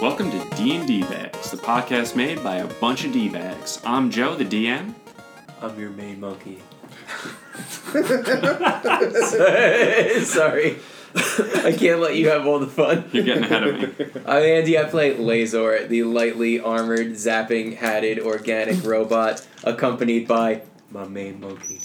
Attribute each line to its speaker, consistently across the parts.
Speaker 1: Welcome to D&D Bags, the podcast made by a bunch of D-bags. I'm Joe, the DM.
Speaker 2: I'm your main monkey. Sorry. I can't let you have all the fun.
Speaker 1: You're getting ahead of me.
Speaker 2: I'm Andy. I play Lazor, the lightly armored, zapping, hatted, organic robot, accompanied by my main monkey.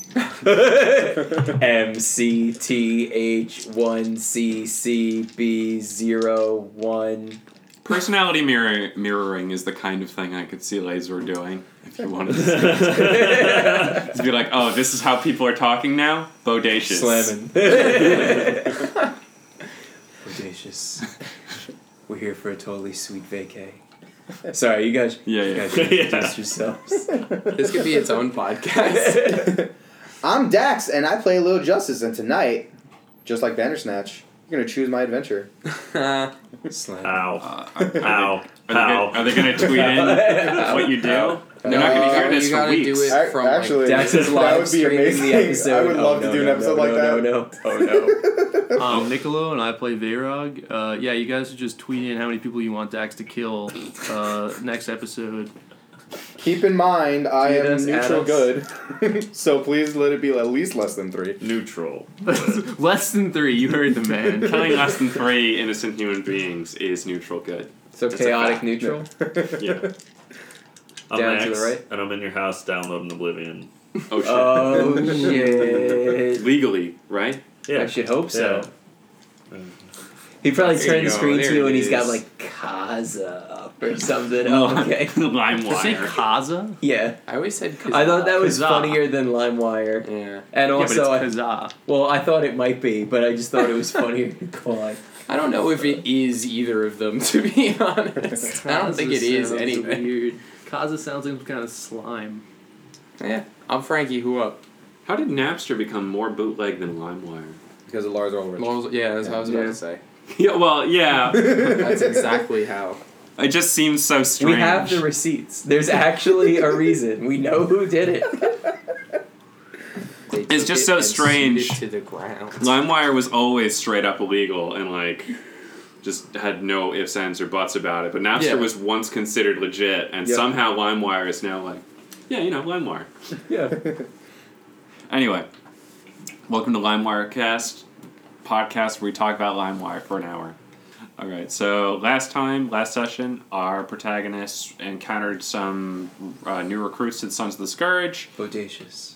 Speaker 2: M C T H one C C B zero one.
Speaker 1: Personality mirror- mirroring is the kind of thing I could see Lazor doing if you wanted to. Just be like, oh, this is how people are talking now? Bodacious.
Speaker 2: Slamming. Audacious. We're here for a totally sweet vacay. Sorry, you guys.
Speaker 1: Yeah,
Speaker 2: you
Speaker 1: yeah.
Speaker 2: guys should introduce yourselves. This could be its own podcast.
Speaker 3: I'm Dax, and I play Little Justice, and tonight, just like Bandersnatch, you're gonna choose my adventure.
Speaker 2: Slam.
Speaker 4: Ow.
Speaker 1: Uh, are, are they-
Speaker 4: Ow.
Speaker 1: Are they, going to tweet in what you do?
Speaker 4: Ow.
Speaker 1: They're not going to hear
Speaker 5: Uh,
Speaker 1: this
Speaker 5: you
Speaker 1: for
Speaker 5: gotta do
Speaker 1: weeks.
Speaker 5: it.
Speaker 3: I-
Speaker 5: From, like,
Speaker 3: actually,
Speaker 2: Dax's
Speaker 3: that
Speaker 2: live
Speaker 3: would be
Speaker 2: streaming
Speaker 3: amazing.
Speaker 2: the episode.
Speaker 3: I would
Speaker 2: Oh,
Speaker 3: love
Speaker 2: no,
Speaker 3: to
Speaker 2: no,
Speaker 3: do an episode
Speaker 2: no,
Speaker 3: like
Speaker 2: no,
Speaker 3: that.
Speaker 2: No, no,
Speaker 1: Oh, no.
Speaker 5: Um,
Speaker 4: I'm Niccolo and I play Veyrog. Uh, yeah, you guys should just tweet in how many people you want Dax to kill uh, next episode.
Speaker 3: Keep in mind, I
Speaker 2: Tweet
Speaker 3: am
Speaker 2: us,
Speaker 3: neutral
Speaker 2: add
Speaker 3: good, so please let it be at least less than three.
Speaker 4: Neutral. Less than three, you heard the man.
Speaker 1: Killing less than three innocent human beings is neutral good.
Speaker 2: So
Speaker 1: That's a
Speaker 2: chaotic
Speaker 1: fact.
Speaker 2: neutral.
Speaker 1: Yeah.
Speaker 4: I'm
Speaker 2: Down
Speaker 4: Max,
Speaker 2: to the right.
Speaker 4: and I'm in your house downloading Oblivion.
Speaker 1: Oh, shit.
Speaker 5: Uh,
Speaker 2: Oh shit!
Speaker 1: Legally, right?
Speaker 4: Yeah.
Speaker 2: I should hope so.
Speaker 4: Yeah. Mm.
Speaker 2: He probably
Speaker 1: There
Speaker 2: turned
Speaker 1: you
Speaker 2: the
Speaker 1: go,
Speaker 2: screen
Speaker 1: there
Speaker 2: to,
Speaker 1: it
Speaker 2: and he's got
Speaker 1: is.
Speaker 2: like Kaza up or something. Oh, okay.
Speaker 4: Did you say
Speaker 1: LimeWire.
Speaker 4: Kaza?
Speaker 2: Yeah,
Speaker 5: I always said. Kazaa.
Speaker 2: I thought that was
Speaker 4: Kazaa.
Speaker 2: funnier than LimeWire,
Speaker 5: Yeah,
Speaker 2: and also
Speaker 4: yeah,
Speaker 2: I
Speaker 4: but it's Kaza.
Speaker 2: Well, I thought it might be, but I just thought it was funnier to call it.
Speaker 5: I don't know if it is either of them. To be honest, I don't think it is
Speaker 4: Sounds
Speaker 5: anyway.
Speaker 4: Weird. Kaza sounds like some kind of slime.
Speaker 5: Yeah, I'm Frankie. Who up?
Speaker 1: How did Napster become more bootleg than LimeWire?
Speaker 3: Because of Lars Ulrich.
Speaker 5: Laurel's, yeah, that's what I was about
Speaker 2: Yeah.
Speaker 5: to say.
Speaker 1: Yeah, well, yeah.
Speaker 5: That's exactly how.
Speaker 1: It just seems so
Speaker 2: We
Speaker 1: strange.
Speaker 2: have the receipts. There's actually a reason. We know who did it.
Speaker 5: They
Speaker 1: It's
Speaker 5: took
Speaker 1: just
Speaker 5: it
Speaker 1: so
Speaker 5: and sued
Speaker 1: strange.
Speaker 5: It to the ground.
Speaker 1: LimeWire was always straight up illegal and like just had no ifs, ands, or buts about it. But Napster
Speaker 5: Yeah.
Speaker 1: was once considered legit, and
Speaker 2: Yeah.
Speaker 1: somehow LimeWire is now like, yeah, you know, LimeWire.
Speaker 2: Yeah.
Speaker 1: Anyway, welcome to LimeWire Cast podcast where we talk about LimeWire for an hour. All right, so last time, last session, our protagonists encountered some uh, new recruits to the Sons of the Scourge.
Speaker 2: Bodacious.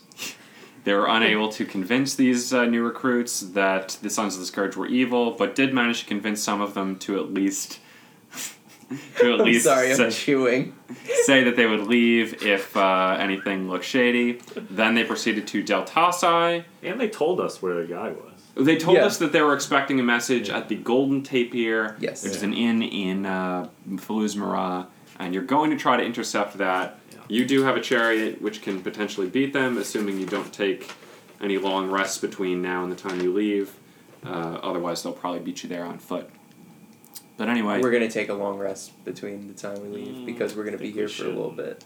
Speaker 1: They
Speaker 2: Hmm.
Speaker 1: were unable to convince these uh, new recruits that the Sons of the Scourge were evil, but did manage to convince some of them to at least to at
Speaker 2: I'm
Speaker 1: least
Speaker 2: sorry, I'm
Speaker 1: say,
Speaker 2: chewing.
Speaker 1: say that they would leave if uh, anything looked shady. Then they proceeded to Deltasi.
Speaker 4: And they told us where the guy was.
Speaker 1: They told
Speaker 2: Yeah.
Speaker 1: us that they were expecting a message at the Golden Tapir,
Speaker 2: Yes.
Speaker 1: which is
Speaker 4: Yeah.
Speaker 1: an inn in uh, Faluzmara, and you're going to try to intercept that.
Speaker 4: Yeah.
Speaker 1: You do have a chariot, which can potentially beat them, assuming you don't take any long rests between now and the time you leave. Uh, otherwise, they'll probably beat you there on foot. But anyway,
Speaker 2: We're gonna take a long rest between the time we
Speaker 5: Mm,
Speaker 2: leave because we're gonna be
Speaker 4: think
Speaker 2: here
Speaker 4: we
Speaker 2: for a little bit.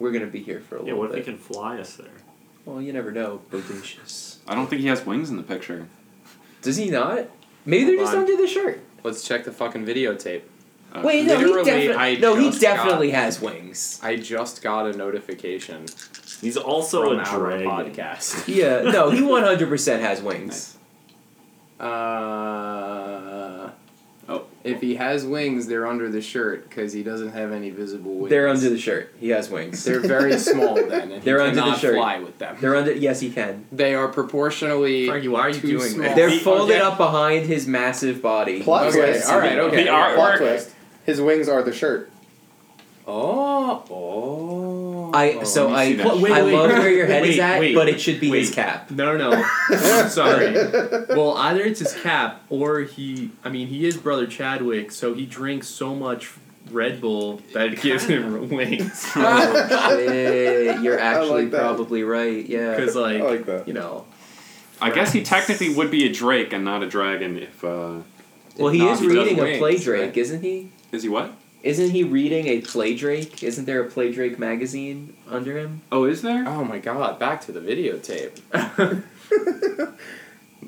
Speaker 2: We're gonna be here for a
Speaker 4: Yeah,
Speaker 2: little
Speaker 4: what if they
Speaker 2: bit.
Speaker 4: can fly us there?
Speaker 2: Well, you never know. Bodacious.
Speaker 1: I don't think he has wings in the picture.
Speaker 2: Does he not? Maybe they're
Speaker 5: Hold
Speaker 2: just
Speaker 5: on.
Speaker 2: under the shirt.
Speaker 5: Let's check the fucking videotape.
Speaker 1: Uh,
Speaker 2: Wait, no, he
Speaker 5: Literally, I
Speaker 2: definitely. No, he
Speaker 5: just got-
Speaker 2: definitely has wings.
Speaker 5: I just got a notification
Speaker 4: He's also
Speaker 5: from
Speaker 4: a
Speaker 5: our
Speaker 4: dragon.
Speaker 5: podcast.
Speaker 2: Yeah. No, he 100% has wings.
Speaker 5: Uh,
Speaker 1: Oh.
Speaker 5: if he has wings, they're under the shirt because he doesn't have any visible wings.
Speaker 2: They're under the shirt. He has wings.
Speaker 5: They're very small then, and
Speaker 2: They're
Speaker 5: he
Speaker 2: under the
Speaker 5: cannot
Speaker 2: shirt.
Speaker 5: fly with them.
Speaker 2: They're under. Yes, he can.
Speaker 5: They are proportionally.
Speaker 4: Frankie, why are you
Speaker 5: too
Speaker 4: doing
Speaker 5: small.
Speaker 4: this?
Speaker 2: They're
Speaker 4: The-
Speaker 2: folded
Speaker 5: okay.
Speaker 2: up behind his massive body.
Speaker 3: Plot
Speaker 5: Okay,
Speaker 3: twist.
Speaker 5: all right, okay.
Speaker 1: The
Speaker 3: Plot
Speaker 1: artwork.
Speaker 3: twist. His wings are the shirt.
Speaker 5: Oh, oh.
Speaker 2: I so
Speaker 1: let me
Speaker 2: I
Speaker 1: see that.
Speaker 2: pl-
Speaker 4: Wait,
Speaker 2: I
Speaker 4: wait,
Speaker 2: love
Speaker 4: wait.
Speaker 2: where your head is
Speaker 4: Wait,
Speaker 2: at,
Speaker 4: wait.
Speaker 2: but it should be his
Speaker 4: Wait.
Speaker 2: cap.
Speaker 4: No, no, no. I'm sorry. Well, either it's his cap or he. I mean, he is brother Chadwick, so he drinks so much Red Bull that it gives him wings.
Speaker 2: Oh, shit, You're
Speaker 3: I like
Speaker 2: actually
Speaker 3: that.
Speaker 2: probably right. Yeah.
Speaker 4: Because like,
Speaker 3: I like that.
Speaker 4: you know,
Speaker 1: I guess he technically would be a drake and not a dragon if. Uh,
Speaker 2: Well, he
Speaker 1: Nah,
Speaker 2: is
Speaker 1: he does
Speaker 2: reading a
Speaker 5: wings,
Speaker 2: play
Speaker 5: right?
Speaker 2: Drake, isn't he?
Speaker 1: is he what?
Speaker 2: Isn't he reading a play Drake? Isn't there a play Drake magazine under him?
Speaker 1: Oh, is there?
Speaker 5: Oh my god, back to the videotape.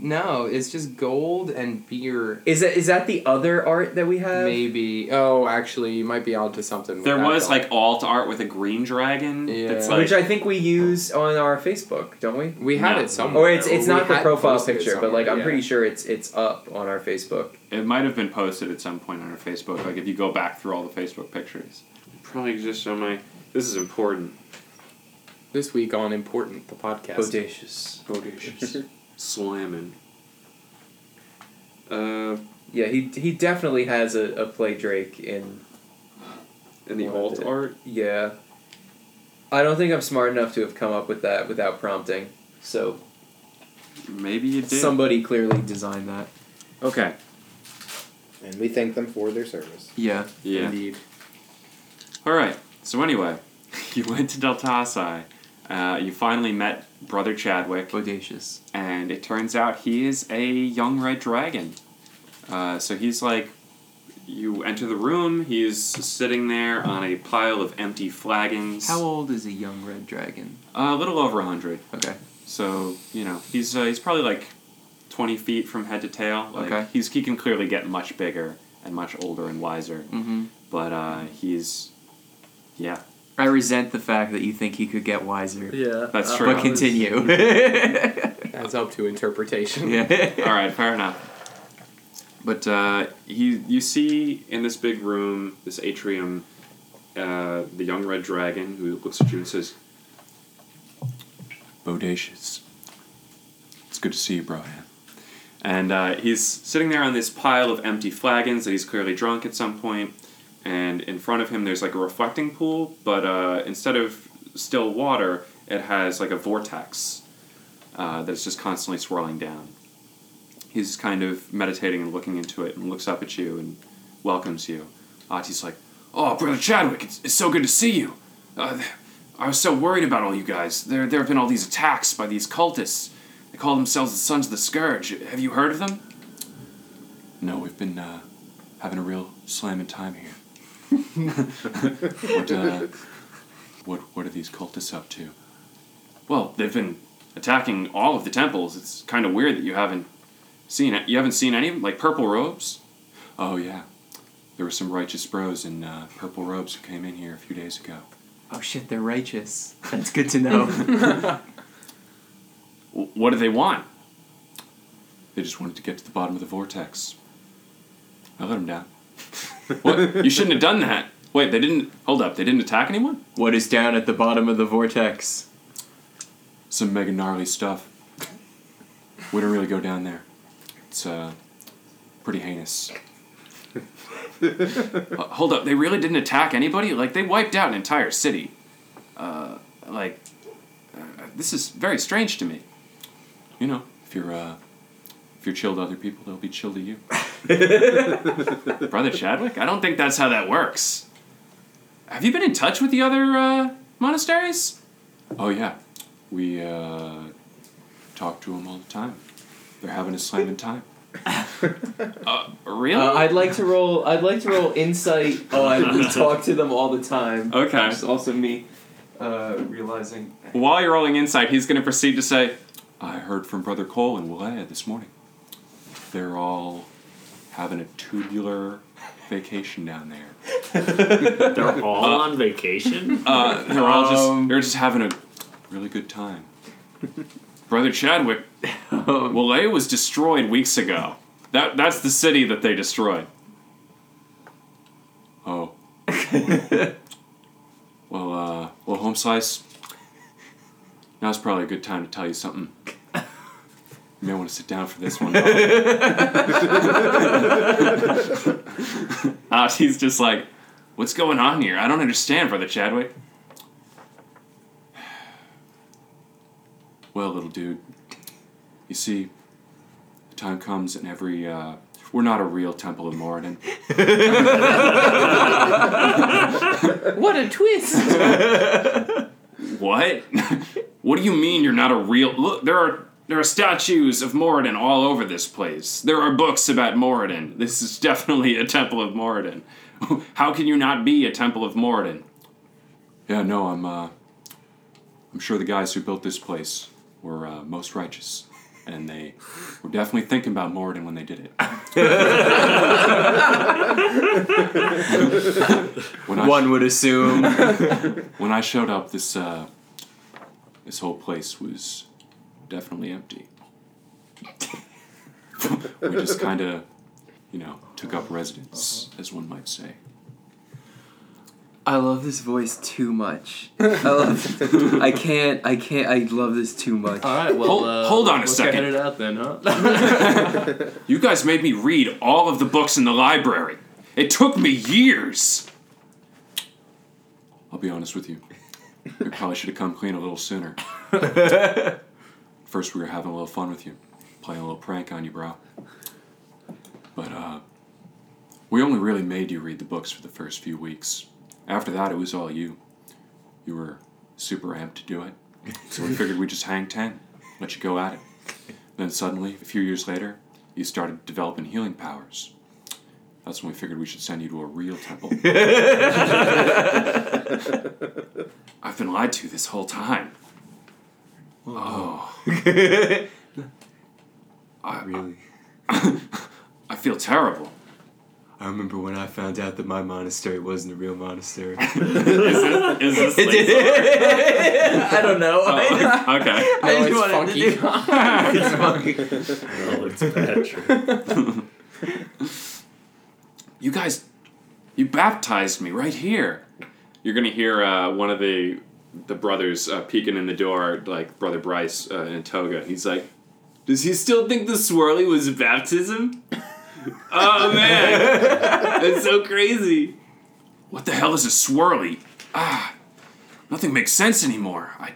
Speaker 2: No, it's just gold and beer.
Speaker 6: Is that is that the other art that we have?
Speaker 2: Maybe. Oh, actually, you might be onto something. with
Speaker 1: There
Speaker 2: that
Speaker 1: was
Speaker 2: though.
Speaker 1: like alt art with a green dragon.
Speaker 2: Yeah.
Speaker 1: That's like
Speaker 6: Which I think we use on our Facebook, don't we?
Speaker 2: we had
Speaker 1: No.
Speaker 2: it somewhere.
Speaker 6: Or it's it's
Speaker 2: We
Speaker 6: not the
Speaker 2: had
Speaker 6: profile
Speaker 2: posted it
Speaker 6: picture, but like I'm
Speaker 7: yeah.
Speaker 6: pretty sure it's it's up on our Facebook.
Speaker 1: it might have been posted at some point on our Facebook. Like if you go back through all the Facebook pictures, it probably exists on my. This is important.
Speaker 2: somewhere. this week on Important the podcast.
Speaker 6: Bodacious.
Speaker 1: Bodacious. Slamming. Uh,
Speaker 6: Yeah, he he definitely has a, a play Drake in
Speaker 1: and the
Speaker 6: What
Speaker 1: alt
Speaker 6: the-
Speaker 1: art.
Speaker 6: yeah. I don't think I'm smart enough to have come up with that without prompting. So
Speaker 1: Maybe you did.
Speaker 6: somebody clearly designed that.
Speaker 1: okay.
Speaker 3: And we thank them for their service.
Speaker 6: Yeah.
Speaker 1: Yeah.
Speaker 2: Indeed.
Speaker 1: All right. So anyway, you went to Del Tassi. Uh, you finally met Brother Chadwick,
Speaker 6: Bodacious.
Speaker 1: and it turns out he is a young red dragon. Uh, so he's like, you enter the room. He's sitting there on a pile of empty flagons.
Speaker 6: old is a young red dragon?
Speaker 1: Uh, a little over a hundred.
Speaker 6: Okay.
Speaker 1: So you know he's uh, he's probably like twenty feet from head to tail. Like,
Speaker 6: Okay.
Speaker 1: He's he can clearly get much bigger and much older and wiser,
Speaker 6: Mm-hmm.
Speaker 1: but uh, he's yeah.
Speaker 6: I resent the fact that you think he could get wiser.
Speaker 7: Yeah.
Speaker 1: That's
Speaker 7: uh,
Speaker 1: true.
Speaker 7: I was-
Speaker 2: That's up to interpretation.
Speaker 1: All right, fair enough. But uh, he you see in this big room, this atrium, uh, the young red dragon who looks at you and says, "Bodacious, it's good to see you, Brohan." And uh, he's sitting there on this pile of empty flagons that he's clearly drunk at some point. And in front of him, there's like a reflecting pool, but uh, instead of still water, it has like a vortex uh, that's just constantly swirling down. He's kind of meditating and looking into it and looks up at you and welcomes you. Ati's like, Oh, Brother Chadwick, it's, it's so good to see you. Uh, th- I was so worried about all you guys. There, there have been all these attacks by these cultists. They call themselves the Sons of the Scourge. Have you heard of them? No, we've been uh, having a real slamming time here. what, uh, what, what are these cultists up to? Well, they've been attacking all of the temples. It's kind of weird that you haven't seen it. You haven't seen any of 'em? like purple robes. Oh yeah, there were some righteous bros in uh, purple robes who came in here a few days ago.
Speaker 6: Oh shit, they're righteous. That's good to know.
Speaker 1: W- what do they want? They just wanted to get to the bottom of the vortex. I let them down. what? You shouldn't have done that. Wait, they didn't. Hold up, they didn't attack anyone.
Speaker 6: what is down at the bottom of the vortex?
Speaker 1: Some mega gnarly stuff. We don't really go down there. It's uh, pretty heinous. Uh, hold up, they really didn't attack anybody? Like, they wiped out an entire city. Uh, like, uh, this is very strange to me. You know, if you're, uh, if you're chill to other people, they'll be chill to you. Brother Chadwick? I don't think that's how that works. Have you been in touch with the other, uh, monasteries? Oh, yeah. We, uh, talk to them all the time. They're having a slamming time. uh, really?
Speaker 6: Uh, I'd like to roll. I'd like to roll insight on. We talk to them all the time.
Speaker 1: Okay.
Speaker 6: Which is also me uh, realizing.
Speaker 1: While you're rolling insight, he's going to proceed to say, I heard from Brother Cole and Willea this morning. They're all having a tubular vacation down there.
Speaker 4: They're all
Speaker 1: Uh,
Speaker 4: on vacation.
Speaker 1: Uh, they're all
Speaker 6: Um,
Speaker 1: just they're just having a really good time. Brother Chadwick, Willea was destroyed weeks ago. That that's the city that they destroyed. Oh. well, uh, well, home slice. Now's probably a good time to tell you something. You may want to sit down for this one. Ah, she's just like, what's going on here? I don't understand, Brother Chadwick. Well, little dude, you see, the time comes and every, uh, we're not a real Temple of Moradin.
Speaker 2: What a twist!
Speaker 1: What? what do you mean you're not a real? Look, there are there are statues of Moradin all over this place. There are books about Moradin. This is definitely a temple of Moradin. How can you not be a temple of Moradin? Yeah, no, I'm. uh I'm sure the guys who built this place were uh, most righteous. and they were definitely thinking about Moradin when they did it. when I
Speaker 2: One would assume.
Speaker 1: when I showed up, this uh, this whole place was definitely empty. we just kind of, you know, took up residence, as one might say.
Speaker 2: I love this voice too much. I love. I can't. I can't. I love this too much.
Speaker 7: All right. Well,
Speaker 1: Hold-
Speaker 7: uh,
Speaker 1: hold on a
Speaker 7: let's
Speaker 1: second.
Speaker 7: Get it out then, huh?
Speaker 1: You guys made me read all of the books in the library. It took me years. I'll be honest with you. We probably should have come clean a little sooner. First, we were having a little fun with you, playing a little prank on you, bro. But, uh, we only really made you read the books for the first few weeks. After that, it was all you. You were super amped to do it. So we figured we'd just hang 10, let you go at it. Then suddenly, a few years later, you started developing healing powers. That's when we figured we should send you to a real temple. I've been lied to this whole time. Oh. I,
Speaker 8: Really?
Speaker 1: I feel terrible.
Speaker 8: I remember when I found out that my monastery wasn't a real monastery.
Speaker 1: Is this like-
Speaker 2: I don't know. I,
Speaker 1: Oh, okay.
Speaker 2: I just
Speaker 6: it's
Speaker 2: wanted
Speaker 6: funky.
Speaker 2: to do. it's funky.
Speaker 4: Well, Oh, it's bad. Sure.
Speaker 1: you guys, you baptized me right here. You're gonna hear uh, one of the the brothers uh, peeking in the door, like brother Bryce uh, in a toga. He's like, "Does he still think the swirly was baptism? oh man, that's so crazy! What the hell is a swirly? Ah, nothing makes sense anymore. I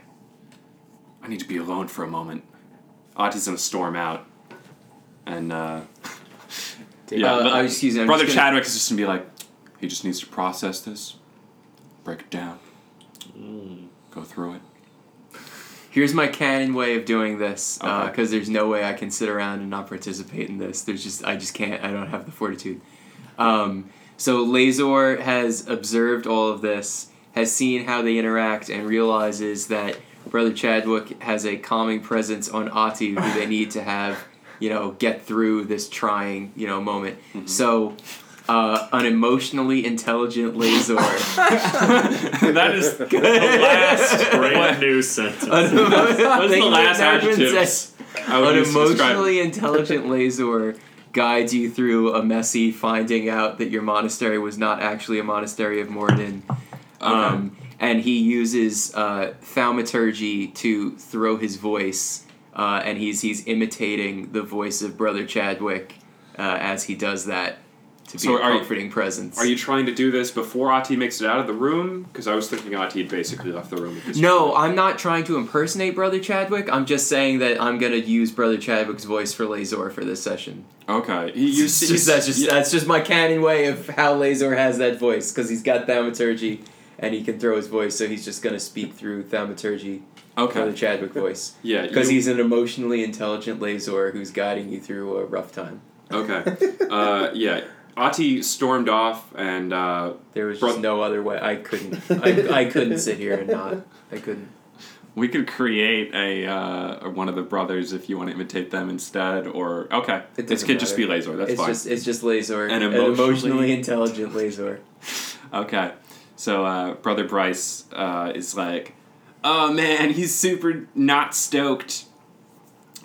Speaker 1: I need to be alone for a moment. Auntie's gonna storm out, and uh, yeah,
Speaker 2: Uh,
Speaker 1: but-
Speaker 2: uh, excuse me. I'm
Speaker 1: Brother
Speaker 2: just gonna-
Speaker 1: Chadwick is just gonna be like, he just needs to process this, break it down, go through it.
Speaker 2: Here's my canon way of doing this, because
Speaker 1: Okay.
Speaker 2: there's no way I can sit around and not participate in this. There's just I just can't. I don't have the fortitude. Um, so Lazor has observed all of this, has seen how they interact, and realizes that Brother Chadwick has a calming presence on Ati, who they need to have, you know, get through this trying, you know, moment. So. Uh, an emotionally intelligent Lazor.
Speaker 4: That is the last brand new sentence.
Speaker 2: What's
Speaker 1: the last adjective? I would
Speaker 2: an
Speaker 1: use to describe-
Speaker 2: emotionally intelligent laser guides you through a messy finding out that your monastery was not actually a monastery of Morden. Um, and he uses uh, thaumaturgy to throw his voice, uh, and he's he's imitating the voice of Brother Chadwick uh, as he does that to be
Speaker 1: So
Speaker 2: a
Speaker 1: are you-
Speaker 2: comforting presence.
Speaker 1: Are you trying to do this before Ati makes it out of the room? Because I was thinking Ati had basically left the room. at this
Speaker 2: No,
Speaker 1: point.
Speaker 2: I'm not trying to impersonate Brother Chadwick. I'm just saying that I'm gonna use Brother Chadwick's voice for Lazor for this session.
Speaker 1: Okay. He, you
Speaker 2: It's
Speaker 1: see,
Speaker 2: just- that's just
Speaker 1: yeah.
Speaker 2: that's just my canon way of how Lazor has that voice because he's got thaumaturgy and he can throw his voice, so he's just gonna speak through thaumaturgy for the
Speaker 1: Okay.
Speaker 2: Chadwick voice
Speaker 1: Yeah.
Speaker 2: because
Speaker 1: you-
Speaker 2: he's an emotionally intelligent Lazor who's guiding you through a rough time.
Speaker 1: okay. Uh, yeah. Ati stormed off, and uh,
Speaker 2: There was
Speaker 1: Bro-
Speaker 2: just no other way. I couldn't. I, I couldn't sit here and not. I couldn't.
Speaker 1: we could create a uh, one of the brothers if you want to imitate them instead. Or okay,
Speaker 2: It
Speaker 1: this
Speaker 2: doesn't
Speaker 1: could just be
Speaker 2: matter.
Speaker 1: Lazor. That's
Speaker 2: it's
Speaker 1: fine.
Speaker 2: just it's just Lazor,
Speaker 1: An emotionally-
Speaker 2: emotionally intelligent Lazor.
Speaker 1: Okay. So uh, brother Bryce uh, is like, oh man, he's super not stoked.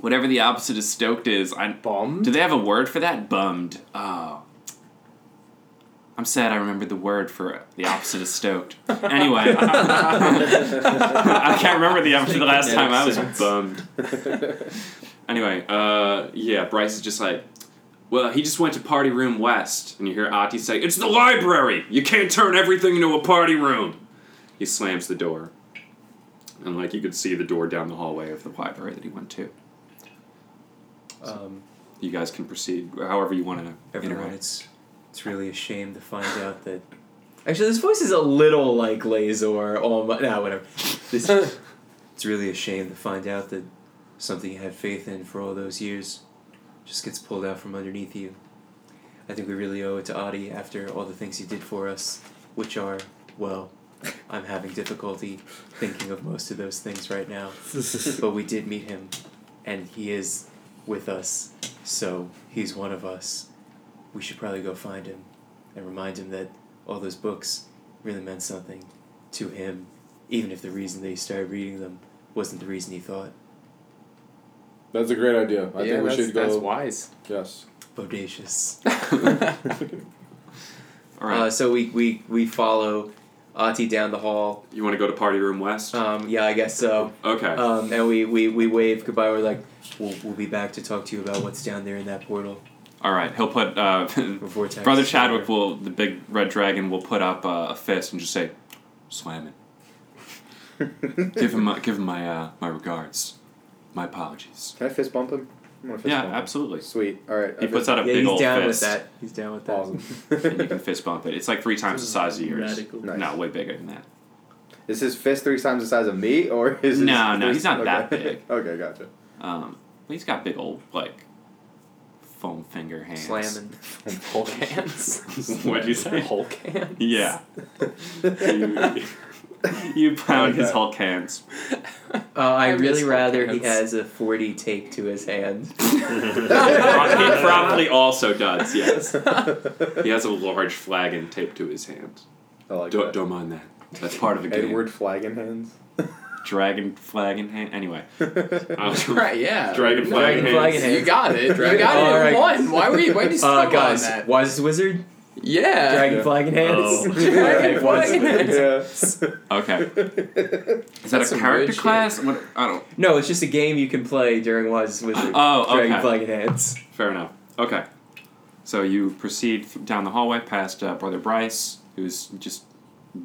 Speaker 1: Whatever the opposite of stoked is, I do
Speaker 6: Bummed.
Speaker 1: they have a word for that? Bummed. Oh. I'm sad I remembered the word for the opposite of stoked. Anyway, I can't remember the opposite the last time I was bummed. Anyway, uh, yeah, Bryce is just like, well, he just went to Party Room West, and you hear Ati say, It's the library! You can't turn everything into a party room! He slams the door. And, like, you could see the door down the hallway of the library that he went to.
Speaker 2: Um,
Speaker 1: You guys can proceed however you want to
Speaker 2: everyone,
Speaker 1: interact.
Speaker 2: it's it's really a shame to find out that. Actually, this voice is a little like Lazor. Almost, nah, whatever. This, it's really a shame to find out that something you had faith in for all those years just gets pulled out from underneath you. I think we really owe it to Adi after all the things he did for us, which are, well, I'm having difficulty thinking of most of those things right now. but we did meet him, and he is with us, so he's one of us. We should probably go find him and remind him that all those books really meant something to him, even if the reason that he started reading them wasn't the reason he thought.
Speaker 9: That's a great idea. I
Speaker 6: Yeah,
Speaker 9: think we
Speaker 6: that's-
Speaker 9: should go.
Speaker 4: That's wise.
Speaker 9: Yes.
Speaker 2: Bodacious.
Speaker 1: All right.
Speaker 2: Uh, so we, we, we follow Ati down the hall.
Speaker 1: you want to go to Party Room West?
Speaker 2: Um, yeah, I guess so.
Speaker 1: okay.
Speaker 2: Um, and we, we, we wave goodbye. We're like, we'll, we'll be back to talk to you about what's down there in that portal
Speaker 1: All right. He'll put uh,
Speaker 2: or vortex.
Speaker 1: Brother Chadwick will the big red dragon will put up uh, a fist and just say, "Slam it." give him my give him my uh, my regards, my apologies.
Speaker 3: Can I fist bump him? I'm gonna fist
Speaker 1: Yeah,
Speaker 3: bump him.
Speaker 1: absolutely.
Speaker 3: Sweet. All right.
Speaker 1: He puts out a
Speaker 2: Yeah,
Speaker 1: big
Speaker 2: he's
Speaker 1: old
Speaker 2: down
Speaker 1: fist,
Speaker 2: with that. He's down with that.
Speaker 3: Awesome.
Speaker 1: and you can fist bump it. It's like three times the size of yours.
Speaker 7: Radical.
Speaker 3: Nice.
Speaker 1: No, way bigger than that.
Speaker 3: Is his fist three times the size of me, or is
Speaker 1: No,
Speaker 3: his
Speaker 1: no,
Speaker 3: fist-
Speaker 1: he's not that
Speaker 3: okay.
Speaker 1: big.
Speaker 3: okay, gotcha.
Speaker 1: Um, but he's got big old like foam finger hands.
Speaker 2: Slamming.
Speaker 4: Hulk hands. What'd you say? Hulk hands.
Speaker 1: Yeah. you, you pound
Speaker 3: like
Speaker 1: his
Speaker 3: that.
Speaker 1: Hulk hands.
Speaker 2: Uh, I
Speaker 4: miss
Speaker 2: really
Speaker 4: Hulk
Speaker 2: rather he
Speaker 4: hands.
Speaker 2: has a 40 tape to his hand.
Speaker 1: he probably also does. Yes. He has a large flagon taped to his hand.
Speaker 3: I like
Speaker 1: Don't,
Speaker 3: that.
Speaker 1: don't mind that. That's part of the game.
Speaker 3: Edward Flagon hands.
Speaker 1: Dragon flag in hand. Anyway, I was
Speaker 4: Right, yeah.
Speaker 1: Dragon
Speaker 4: No,
Speaker 1: flag in
Speaker 2: Dragon flag
Speaker 1: hand.
Speaker 2: in hand.
Speaker 4: You got it. You got it.
Speaker 2: All right.
Speaker 4: One. Why were you? Why did you stop
Speaker 2: Uh,
Speaker 4: on
Speaker 2: guys,
Speaker 4: that?
Speaker 2: wisest wizard,
Speaker 4: Yeah.
Speaker 2: dragon flag in hands.
Speaker 4: Oh.
Speaker 2: Dragon flag in hands.
Speaker 3: yeah.
Speaker 1: Okay. Is that a
Speaker 4: That's some
Speaker 1: character
Speaker 4: weird shit.
Speaker 1: class? What, I don't.
Speaker 2: No, it's just a game you can play during wisest wizard.
Speaker 1: Oh, okay.
Speaker 2: Dragon flag in hands.
Speaker 1: Fair enough. Okay. So you proceed th- down the hallway past uh, Brother Bryce, who's just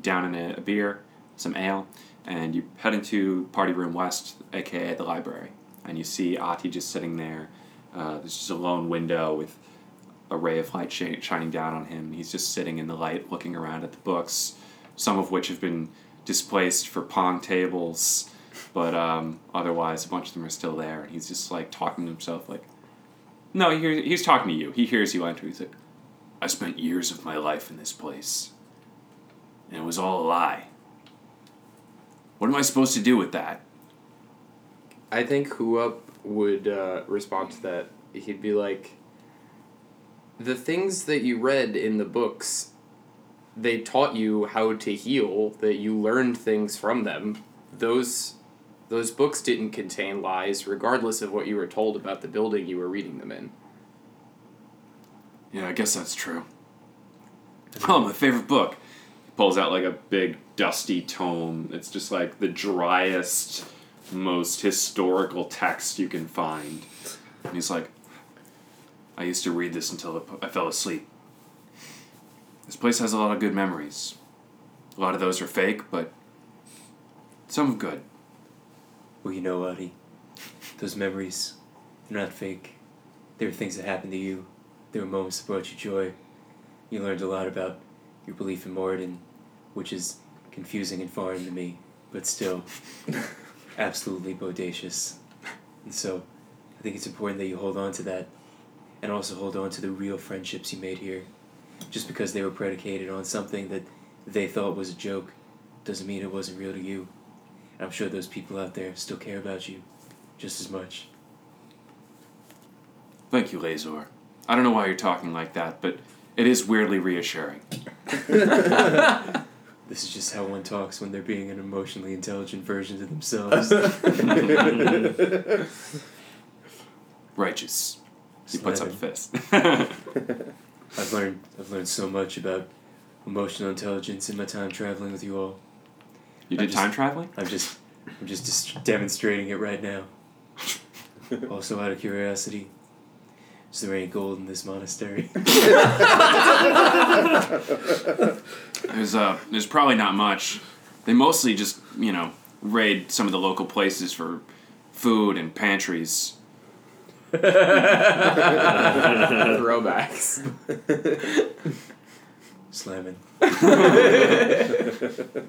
Speaker 1: down in a, a beer, some ale, and you head into Party Room West, aka the library. And you see Ati just sitting there. Uh, there's just a lone window with a ray of light shi- shining down on him. He's just sitting in the light, looking around at the books, some of which have been displaced for pong tables, but um, otherwise, a bunch of them are still there. And he's just like talking to himself, like, no, he hears, he's talking to you. He hears you enter. He's like, I spent years of my life in this place. And it was all a lie. What am I supposed to do with that?
Speaker 4: I think Huop would uh, respond to that. He'd be like, "The things that you read in the books, they taught you how to heal. That you learned things from them. Those, those books didn't contain lies, regardless of what you were told about the building you were reading them in."
Speaker 1: Yeah, I guess that's true. Oh, my favorite book. He pulls out like a big dusty tome. It's just like the driest, most historical text you can find. And he's like, I used to read this until I fell asleep. This place has a lot of good memories. A lot of those are fake, but some good.
Speaker 2: Well, you know, Adi, those memories, they're not fake. They were things that happened to you. They were moments that brought you joy. You learned a lot about your belief in Moradin, which is confusing and foreign to me, but still absolutely bodacious. And so, I think it's important that you hold on to that, and also hold on to the real friendships you made here. Just because they were predicated on something that they thought was a joke doesn't mean it wasn't real to you. I'm sure those people out there still care about you just as much.
Speaker 1: Thank you, Lazor. I don't know why you're talking like that, but it is weirdly reassuring.
Speaker 2: This is just how one talks when they're being an emotionally intelligent version of themselves.
Speaker 1: Righteous. He puts up a
Speaker 2: Slithering.
Speaker 1: fist.
Speaker 2: I've learned I've learned so much about emotional intelligence in my time traveling with you all.
Speaker 1: you
Speaker 2: I
Speaker 1: did
Speaker 2: just-
Speaker 1: time traveling?
Speaker 2: I'm just I'm just dis- demonstrating it right now. Also out of curiosity, is there any gold in this monastery?
Speaker 1: There's uh, there's probably not much. They mostly just you know raid some of the local places for food and pantries.
Speaker 4: Throwbacks.
Speaker 2: Slamming.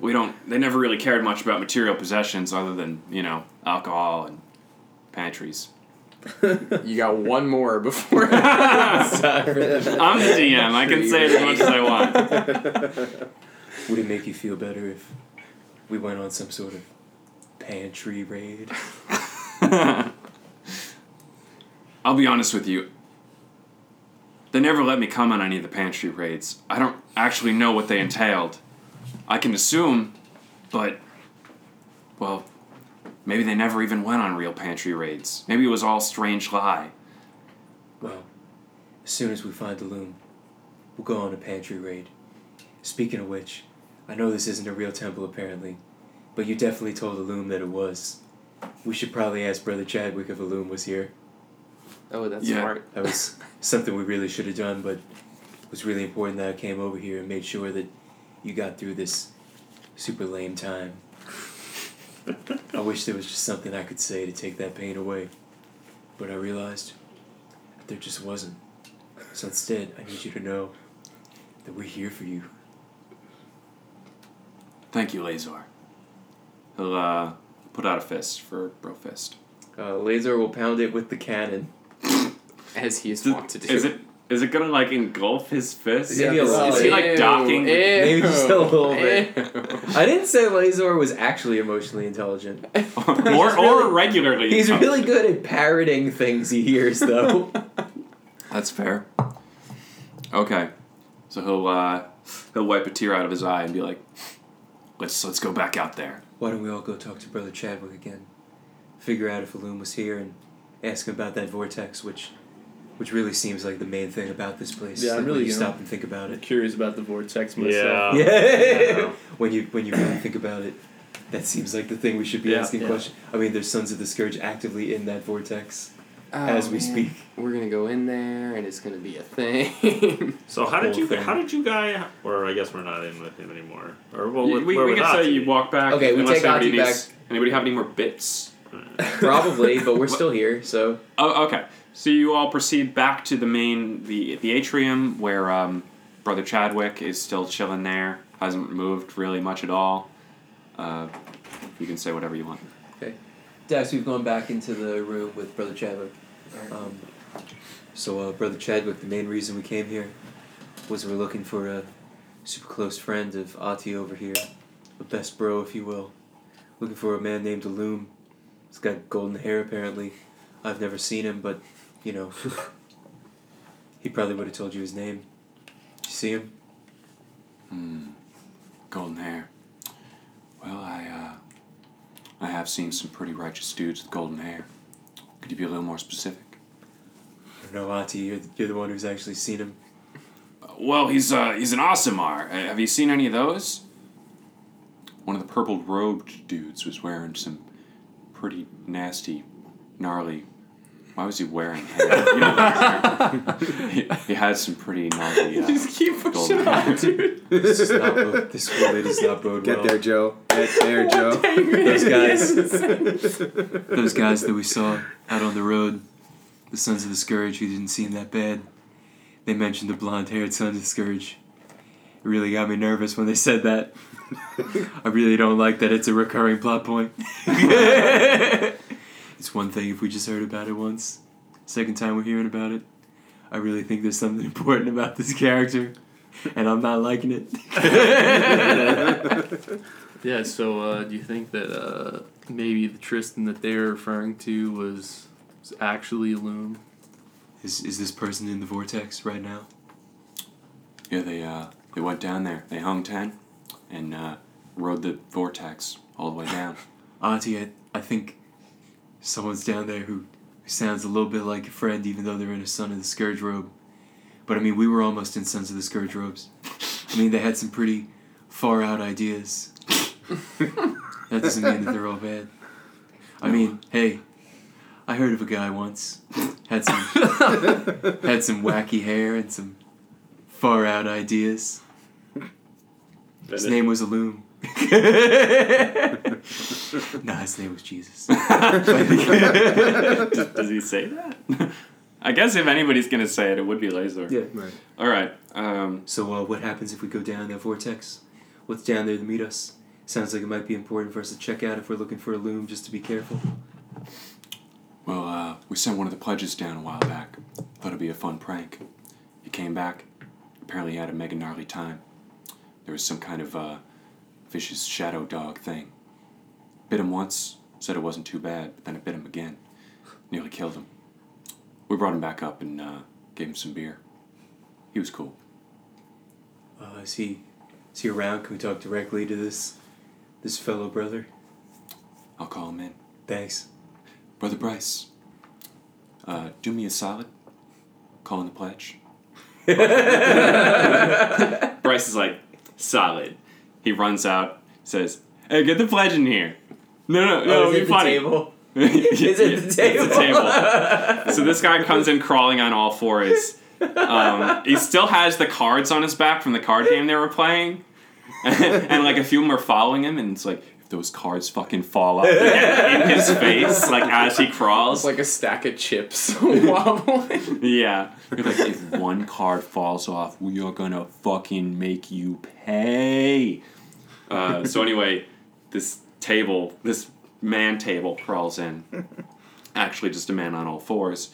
Speaker 1: We don't. They never really cared much about material possessions other than you know alcohol and pantries.
Speaker 4: You got one more before.
Speaker 1: I'm the DM. I can say it as much as I want.
Speaker 2: Would it make you feel better if we went on some sort of pantry raid?
Speaker 1: I'll be honest with you. They never let me come on any of the pantry raids. I don't actually know what they entailed. I can assume, but well, maybe they never even went on real pantry raids. Maybe it was all strange lie.
Speaker 2: Well, as soon as we find the loom, we'll go on a pantry raid. Speaking of which, I know this isn't a real temple apparently, but you definitely told the loom that it was. We should probably ask Brother Chadwick if a loom was here.
Speaker 4: Oh, that's
Speaker 1: Yeah.
Speaker 4: smart.
Speaker 2: That was something we really should have done, but it was really important that I came over here and made sure that you got through this super lame time. I wish there was just something I could say to take that pain away, but I realized that there just wasn't. So instead, I need you to know that we're here for you.
Speaker 1: Thank you, Lazar. He'll uh, put out a fist for Bro Fist.
Speaker 2: Uh, Lazar will pound it with the cannon.
Speaker 4: As he is
Speaker 1: Th-
Speaker 4: wont to do.
Speaker 1: Is it is it gonna like engulf his fist?
Speaker 2: Maybe a
Speaker 1: is,
Speaker 2: little
Speaker 1: is he
Speaker 2: bit.
Speaker 1: like docking?
Speaker 2: Maybe just a little bit.
Speaker 4: bit.
Speaker 2: I didn't say Lazor was actually emotionally intelligent.
Speaker 1: or or regularly?
Speaker 2: He's really good at parroting things he hears, though.
Speaker 1: That's fair. Okay, so he'll uh, he'll wipe a tear out of his eye and be like, "Let's let's go back out there."
Speaker 2: Why don't we all go talk to Brother Chadwick again? Figure out if Alum was here and ask him about that vortex, which which really seems like the main thing about this place.
Speaker 7: Yeah,
Speaker 2: like,
Speaker 7: I'm
Speaker 2: when
Speaker 7: really,
Speaker 2: you
Speaker 7: you know-
Speaker 2: stop and think about
Speaker 7: I'm
Speaker 2: it.
Speaker 7: curious about the vortex myself.
Speaker 1: Uh, Yeah.
Speaker 2: Yeah. when you when you really think about it, that seems like the thing we should be
Speaker 1: Yeah,
Speaker 2: asking
Speaker 7: yeah.
Speaker 2: questions. I mean, there's Sons of the Scourge actively in that vortex as we speak.
Speaker 4: We're gonna go in there, and it's gonna be a thing.
Speaker 5: So how did
Speaker 2: whole
Speaker 5: you
Speaker 2: thing.
Speaker 5: how did you guys or I guess we're not in with him anymore. Or well,
Speaker 1: You-
Speaker 5: with,
Speaker 1: we
Speaker 5: we're
Speaker 1: we
Speaker 5: with
Speaker 1: can say
Speaker 5: Ozzy.
Speaker 1: you walk back.
Speaker 2: Okay, we
Speaker 1: unless
Speaker 2: take
Speaker 1: anybody
Speaker 2: Ozzy
Speaker 1: needs- Anybody have any more bits?
Speaker 2: Probably, but we're still here, so
Speaker 1: Oh, okay. So you all proceed back to the main the the atrium where um, Brother Chadwick is still chilling there. Hasn't moved really much at all. Uh, you can say whatever you want.
Speaker 2: Dax, we've gone back into the room with Brother Chadwick. Um, so, uh, Brother Chadwick, the main reason we came here was we're looking for a super close friend of Ati over here, a best bro, if you will. Looking for a man named Alum. He's got golden hair, apparently. I've never seen him, but, you know, he probably would have told you his name. Did you see him?
Speaker 1: Golden hair. Well, I uh, I have seen some pretty righteous dudes with golden hair. Could you be a little more specific?
Speaker 2: No, Ati, you're the, you're the one who's actually seen him.
Speaker 1: Well, he's uh, he's an Asimar. Uh, Have you seen any of those? One of the purple robed dudes was wearing some pretty nasty, gnarly. Why was he wearing hair? You know what I'm saying. he, he had some pretty gnarly. Uh,
Speaker 4: Keep
Speaker 1: golden
Speaker 4: pushing
Speaker 1: hair.
Speaker 4: on, dude.
Speaker 2: This is not bo- this really does not bode
Speaker 3: Get
Speaker 2: well.
Speaker 3: there, Joe. Get there, Joe.
Speaker 2: Those guys.
Speaker 8: Those guys that we saw out on the road, the Sons of the Scourge, who didn't seem that bad, they mentioned the blonde haired Sons of the Scourge. It really got me nervous when they said that. I really don't like that it's a recurring plot point. it's one thing if we just heard about it once, second time we're hearing about it. I really think there's something important about this character, and I'm not liking it.
Speaker 7: Yeah, so uh, do you think that uh, maybe the Tristan that they're referring to was, was actually Loom?
Speaker 8: Is, is this person in the vortex right now?
Speaker 1: Yeah, they uh, they went down there. They hung ten, and uh, rode the vortex all the way down.
Speaker 8: Auntie, I, I think someone's down there who, who sounds a little bit like a friend, even though they're in a Son of the Scourge robe. But I mean, we were almost in Sons of the Scourge robes. I mean, they had some pretty far out ideas. that doesn't mean that they're all bad. I mean, hey, I heard of a guy once had some had some wacky hair and some far out ideas. His name was Alum. nah, his name was Jesus.
Speaker 1: does, does he say that? I guess if anybody's gonna say it, it would be Lazar.
Speaker 2: Yeah.
Speaker 6: Right.
Speaker 1: All right. Um,
Speaker 2: So, uh, what happens if we go down that vortex? What's down there to meet us? Sounds like it might be important for us to check out if we're looking for a loom, just to be careful.
Speaker 1: well, uh, we sent one of the pledges down a while back. Thought it'd be a fun prank. He came back. Apparently, he had a mega gnarly time. There was some kind of uh, vicious shadow dog thing. Bit him once. Said it wasn't too bad, but then it bit him again. Nearly killed him. we brought him back up and uh, gave him some beer. He was cool.
Speaker 10: Uh, is he is he around? Can we talk directly to this this fellow brother?
Speaker 1: I'll call him in.
Speaker 10: Thanks.
Speaker 1: Brother Bryce, uh, do me a solid. Call in the pledge. Bryce is like, solid. He runs out, says, Hey, get the pledge in here. No, no, no,
Speaker 2: oh, is
Speaker 1: be
Speaker 2: it the
Speaker 1: funny.
Speaker 2: table?
Speaker 1: is
Speaker 2: it the table?
Speaker 1: so this guy comes in crawling on all fours. Um, he still has the cards on his back from the card game they were playing, and like a few of them are following him, and it's like if those cards fucking fall up in his face, like as he crawls,
Speaker 3: It's like a stack of chips wobbling.
Speaker 1: yeah. You're like, if one card falls off, we are gonna fucking make you pay. Uh, so anyway, this table, this man table crawls in. Actually, just a man on all fours,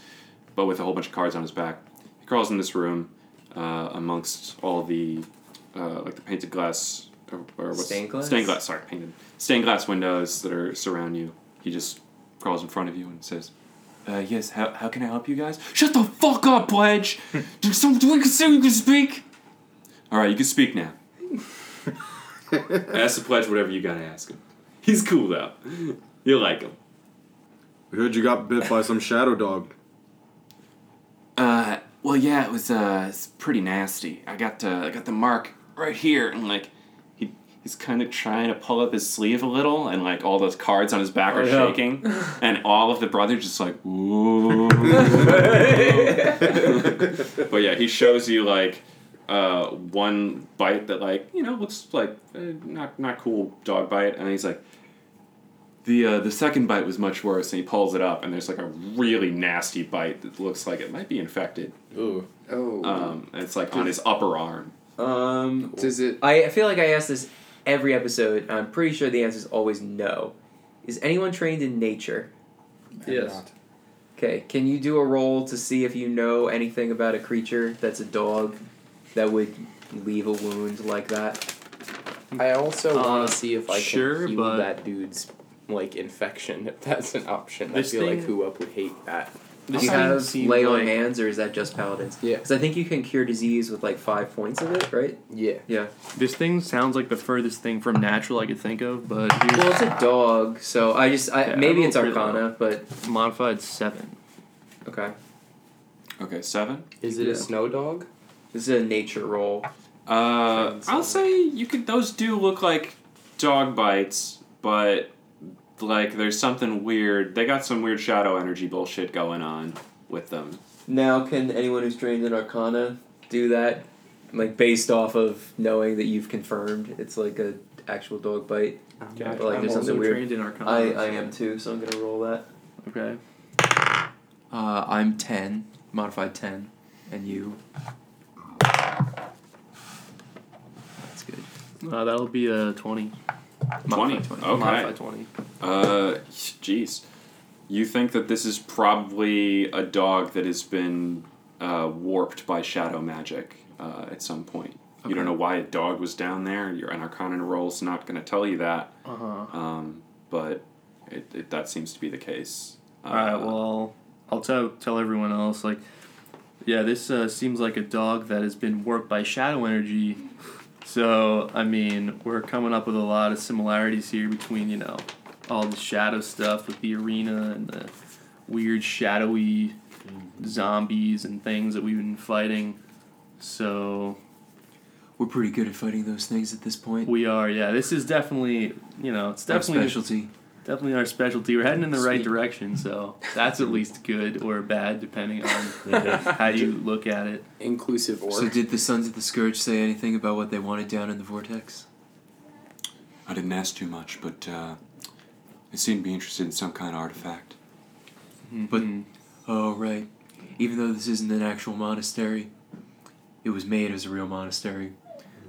Speaker 1: but with a whole bunch of cards on his back. He crawls in this room uh, amongst all the uh, like the painted glass or, or what's
Speaker 2: Stained glass?
Speaker 1: Stained glass. Sorry, painted stained glass windows that are surround you. He just crawls in front of you and says, uh, yes, how, how can I help you guys? Shut the fuck up, Pledge! Do some, do you say you can speak? Alright, you can speak now. ask the Pledge whatever you gotta ask him. He's cool, though. You like him.
Speaker 11: We heard you got bit by some shadow dog.
Speaker 1: Uh, well, yeah, it was, uh, it's pretty nasty. I got, uh, I got the mark right here, and, like, he, he's kind of trying to pull up his sleeve a little, and, like, all those cards on his back are
Speaker 12: yeah.
Speaker 1: shaking, and all of the brothers just like, ooh. but yeah, he shows you like uh, one bite that like you know looks like uh, not not cool dog bite, and he's like, the uh, the second bite was much worse, and he pulls it up, and there's like a really nasty bite that looks like it might be infected.
Speaker 11: Ooh.
Speaker 3: Oh.
Speaker 1: Um, and it's like on his upper arm.
Speaker 2: Um,
Speaker 3: Does it?
Speaker 2: I I feel like I ask this every episode. and I'm pretty sure the answer is always no. Is anyone trained in nature?
Speaker 4: Yes.
Speaker 2: Okay, can you do a roll to see if you know anything about a creature that's a dog that would leave a wound like that?
Speaker 3: I also
Speaker 4: Uh,
Speaker 3: want to see if I can
Speaker 4: sure,
Speaker 3: heal
Speaker 4: but-
Speaker 3: that dude's like infection. If that's an option, I
Speaker 4: This
Speaker 3: feel like
Speaker 4: thing-
Speaker 3: who up would hate that.
Speaker 2: Do
Speaker 4: This
Speaker 2: you
Speaker 4: thing
Speaker 2: have
Speaker 4: seemed
Speaker 2: lay on
Speaker 4: like-
Speaker 2: hands, or is that just paladins?
Speaker 3: Yeah.
Speaker 2: Because I think you can cure disease with like five points of it, right?
Speaker 3: Yeah.
Speaker 4: This thing sounds like the furthest thing from natural I could think of, but here's
Speaker 2: Well, it's a dog, so I just I,
Speaker 4: Yeah,
Speaker 2: maybe
Speaker 4: I
Speaker 2: it's
Speaker 4: rolled pretty
Speaker 2: Arcana, but
Speaker 4: modified seven.
Speaker 2: okay.
Speaker 1: Okay, seven.
Speaker 3: Is it
Speaker 2: Yeah.
Speaker 3: a snow dog?
Speaker 2: This is a nature roll.
Speaker 1: Uh, I'll say you could. Those do look like dog bites, but like there's something weird. They got some weird shadow energy bullshit going on with them.
Speaker 2: Now, can anyone who's trained in Arcana do that? Like based off of knowing that you've confirmed it's like a actual dog bite.
Speaker 4: Yeah,
Speaker 2: But, like,
Speaker 4: I'm
Speaker 2: there's
Speaker 4: also
Speaker 2: something weird.
Speaker 4: trained in
Speaker 10: Uh-huh.
Speaker 4: Arcana.
Speaker 2: I, I am too, so I'm gonna roll that.
Speaker 4: Okay.
Speaker 2: Uh, I'm ten, modified ten, and you. That's good.
Speaker 4: Uh, that'll be a
Speaker 1: Twenty.
Speaker 4: 20.
Speaker 2: Modified 20.
Speaker 1: Okay.
Speaker 4: Modified 20.
Speaker 1: Uh, jeez. You think that this is probably a dog that has been uh, warped by shadow magic uh, at some point. You don't know why a dog was down there. Your an Arcana roll's not going to tell you that,
Speaker 4: Uh-huh.
Speaker 1: um, but it, it, that seems to be the case. Uh,
Speaker 4: All right. Well, I'll tell tell everyone else. Like, yeah, this uh, seems like a dog that has been warped by shadow energy. So I mean, we're coming up with a lot of similarities here between you know all the shadow stuff with the arena and the weird shadowy zombies and things that we've been fighting. So
Speaker 10: We're pretty good at fighting those things at this point.
Speaker 4: we are, yeah. This is definitely, you know, it's
Speaker 10: Our
Speaker 4: definitely
Speaker 10: specialty.
Speaker 4: definitely our specialty. We're heading in the right direction, so that's at least good or bad, depending on how you look at it.
Speaker 3: Inclusive orc.
Speaker 10: So did the Sons of the Scourge say anything about what they wanted down in the vortex?
Speaker 1: I didn't ask too much, but uh, they seem to be interested in some kind of artifact.
Speaker 10: But
Speaker 4: Mm-hmm.
Speaker 10: oh right, even though this isn't an actual monastery, it was made as a real monastery,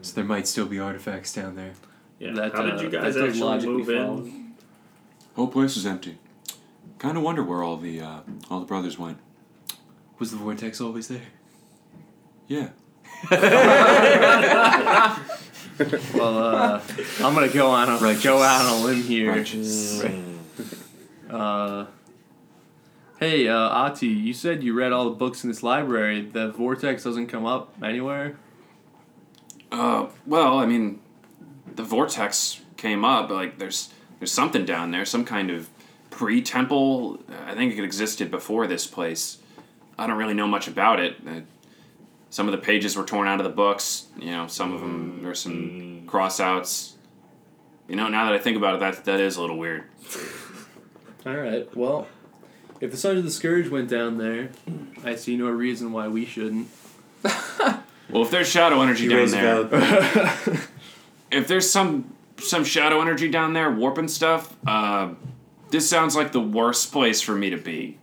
Speaker 10: so there might still be artifacts down there.
Speaker 5: Yeah.
Speaker 4: That,
Speaker 5: How did
Speaker 4: uh,
Speaker 5: you guys
Speaker 4: that does
Speaker 5: actually
Speaker 4: logically
Speaker 5: move
Speaker 4: follow.
Speaker 5: in?
Speaker 1: Whole place is empty. Kind of wonder where all the uh, all the brothers went.
Speaker 10: Was the vortex always there?
Speaker 1: Yeah.
Speaker 4: well, uh, I'm gonna go on a
Speaker 10: Righteous.
Speaker 5: Mm.
Speaker 4: go out on a limb here.
Speaker 10: Righteous.
Speaker 4: Uh,
Speaker 7: Hey, uh, Ati, you said you read all the books in this library. The vortex doesn't come up anywhere.
Speaker 1: Uh, well, I mean, the vortex came up. but, Like, there's there's something down there, some kind of pre-temple. I think it existed before this place. I don't really know much about it. Uh, some of the pages were torn out of the books. You know, some of them there's some cross-outs. You know, now that I think about it, that that is a little weird.
Speaker 7: All right. Well, if the Sons of the Scourge went down there, I see no reason why we shouldn't.
Speaker 1: Well, if there's shadow energy down
Speaker 8: raise a
Speaker 1: there,
Speaker 8: valid
Speaker 1: if there's some some shadow energy down there warping stuff, uh, this sounds like the worst place for me to be.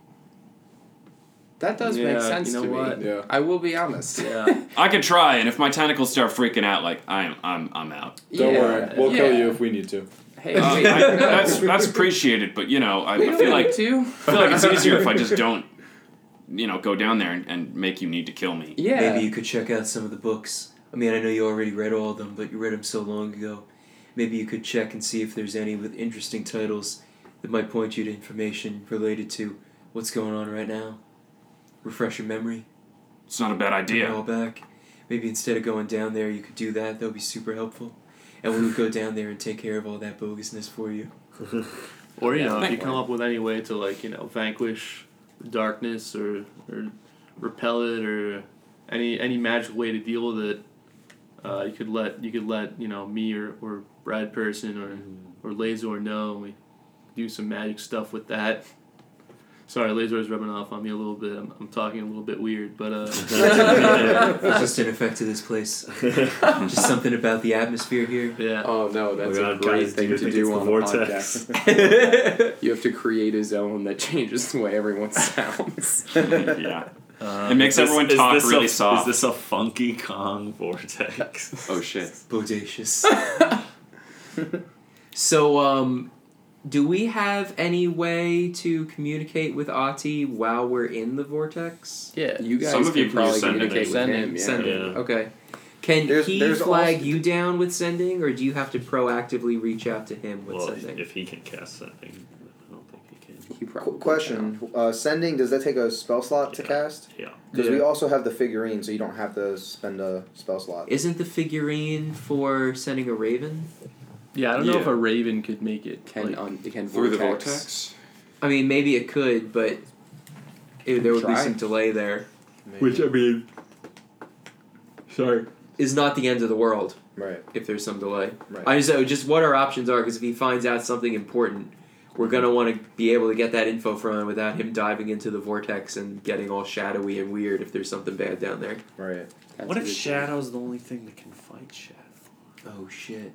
Speaker 4: That does
Speaker 7: Yeah,
Speaker 4: make sense
Speaker 7: you know
Speaker 4: to
Speaker 7: what?
Speaker 4: me.
Speaker 9: Yeah.
Speaker 4: I will be honest.
Speaker 7: Yeah.
Speaker 1: I could try, and if my tentacles start freaking out, like I'm I'm I'm out.
Speaker 9: Don't
Speaker 4: Yeah.
Speaker 9: worry, we'll kill
Speaker 4: Yeah.
Speaker 9: you if we need to.
Speaker 4: Hey,
Speaker 1: Uh, I-
Speaker 4: wait, no.
Speaker 1: that's that's appreciated, but you know, I,
Speaker 4: We
Speaker 1: I
Speaker 4: don't
Speaker 1: feel
Speaker 4: need
Speaker 1: like
Speaker 4: to.
Speaker 1: I feel like it's easier if I just don't, you know, go down there and, and make you need to kill me.
Speaker 4: Yeah.
Speaker 8: Maybe you could check out some of the books. I mean, I know you already read all of them, but you read them so long ago. Maybe you could check and see if there's any with interesting titles that might point you to information related to what's going on right now. Refresh your memory.
Speaker 1: It's not a bad
Speaker 8: Bring it all
Speaker 1: idea.
Speaker 8: back. Maybe instead of going down there, you could do that. That would be super helpful. And we would go down there and take care of all that bogusness for you.
Speaker 7: Or you
Speaker 1: Yeah,
Speaker 7: know, if you
Speaker 1: thank-
Speaker 7: come up with any way to like you know vanquish darkness or or repel it or any any magical way to deal with it, uh, you could let you could let you know me or, or Brad person or or Lazor know. and We do some magic stuff with that. Sorry, Lazor's rubbing off on me a little bit. I'm, I'm talking a little bit weird, but uh,
Speaker 8: It's just an effect of this place. just something about the atmosphere here.
Speaker 7: yeah.
Speaker 4: Oh no,
Speaker 5: Look
Speaker 4: that's a
Speaker 5: at that,
Speaker 4: great
Speaker 5: guys.
Speaker 4: thing
Speaker 5: you
Speaker 4: to
Speaker 5: think
Speaker 4: do
Speaker 5: it's
Speaker 4: on
Speaker 5: the
Speaker 4: a
Speaker 5: vortex.
Speaker 4: podcast. You have to create a zone that changes the way everyone sounds.
Speaker 1: yeah, it
Speaker 7: Um,
Speaker 1: makes
Speaker 5: This-
Speaker 1: everyone
Speaker 5: Uh, is
Speaker 1: talk
Speaker 5: this
Speaker 1: really
Speaker 5: a,
Speaker 1: soft.
Speaker 5: Is this a funky Kong vortex?
Speaker 4: oh shit.
Speaker 8: Bodacious.
Speaker 2: So, um, do we have any way to communicate with Ati while we're in the vortex?
Speaker 7: yeah.
Speaker 4: You guys
Speaker 1: Some of you
Speaker 4: can
Speaker 1: can
Speaker 4: probably
Speaker 1: just send it
Speaker 4: communicate
Speaker 1: in.
Speaker 4: with
Speaker 7: Send
Speaker 2: Send
Speaker 4: him. Yeah.
Speaker 5: Yeah.
Speaker 2: it. Okay. Can
Speaker 3: There's-
Speaker 2: he
Speaker 3: there's
Speaker 2: flag
Speaker 3: also-
Speaker 2: you down with sending, or do you have to proactively reach out to him with
Speaker 5: well,
Speaker 2: sending?
Speaker 5: if he can cast something, I don't think he can.
Speaker 4: He probably
Speaker 3: Qu- question: uh, Sending does that take a spell slot to
Speaker 5: Yeah.
Speaker 3: cast?
Speaker 5: Yeah.
Speaker 3: Because we
Speaker 7: Yeah.
Speaker 3: also have the figurine, so you don't have to spend a spell slot.
Speaker 2: Isn't the figurine for sending a raven?
Speaker 7: Yeah, I don't know if
Speaker 1: Yeah.
Speaker 7: a raven could make it.
Speaker 4: Can
Speaker 7: like-
Speaker 4: on can
Speaker 2: I mean, maybe it could, but it, there would be
Speaker 3: Try.
Speaker 2: some delay there.
Speaker 5: Which I mean, sorry.
Speaker 2: Is not the end of the world
Speaker 3: Right.
Speaker 2: if there's some delay.
Speaker 3: Right.
Speaker 2: I just know just what our options are because if he finds out something important, we're gonna want to be able to get that info from him without him diving into the vortex and getting all shadowy and weird if there's something bad down there.
Speaker 3: Right.
Speaker 4: What if shadow?
Speaker 5: the only thing that can fight shadow?
Speaker 2: Oh shit!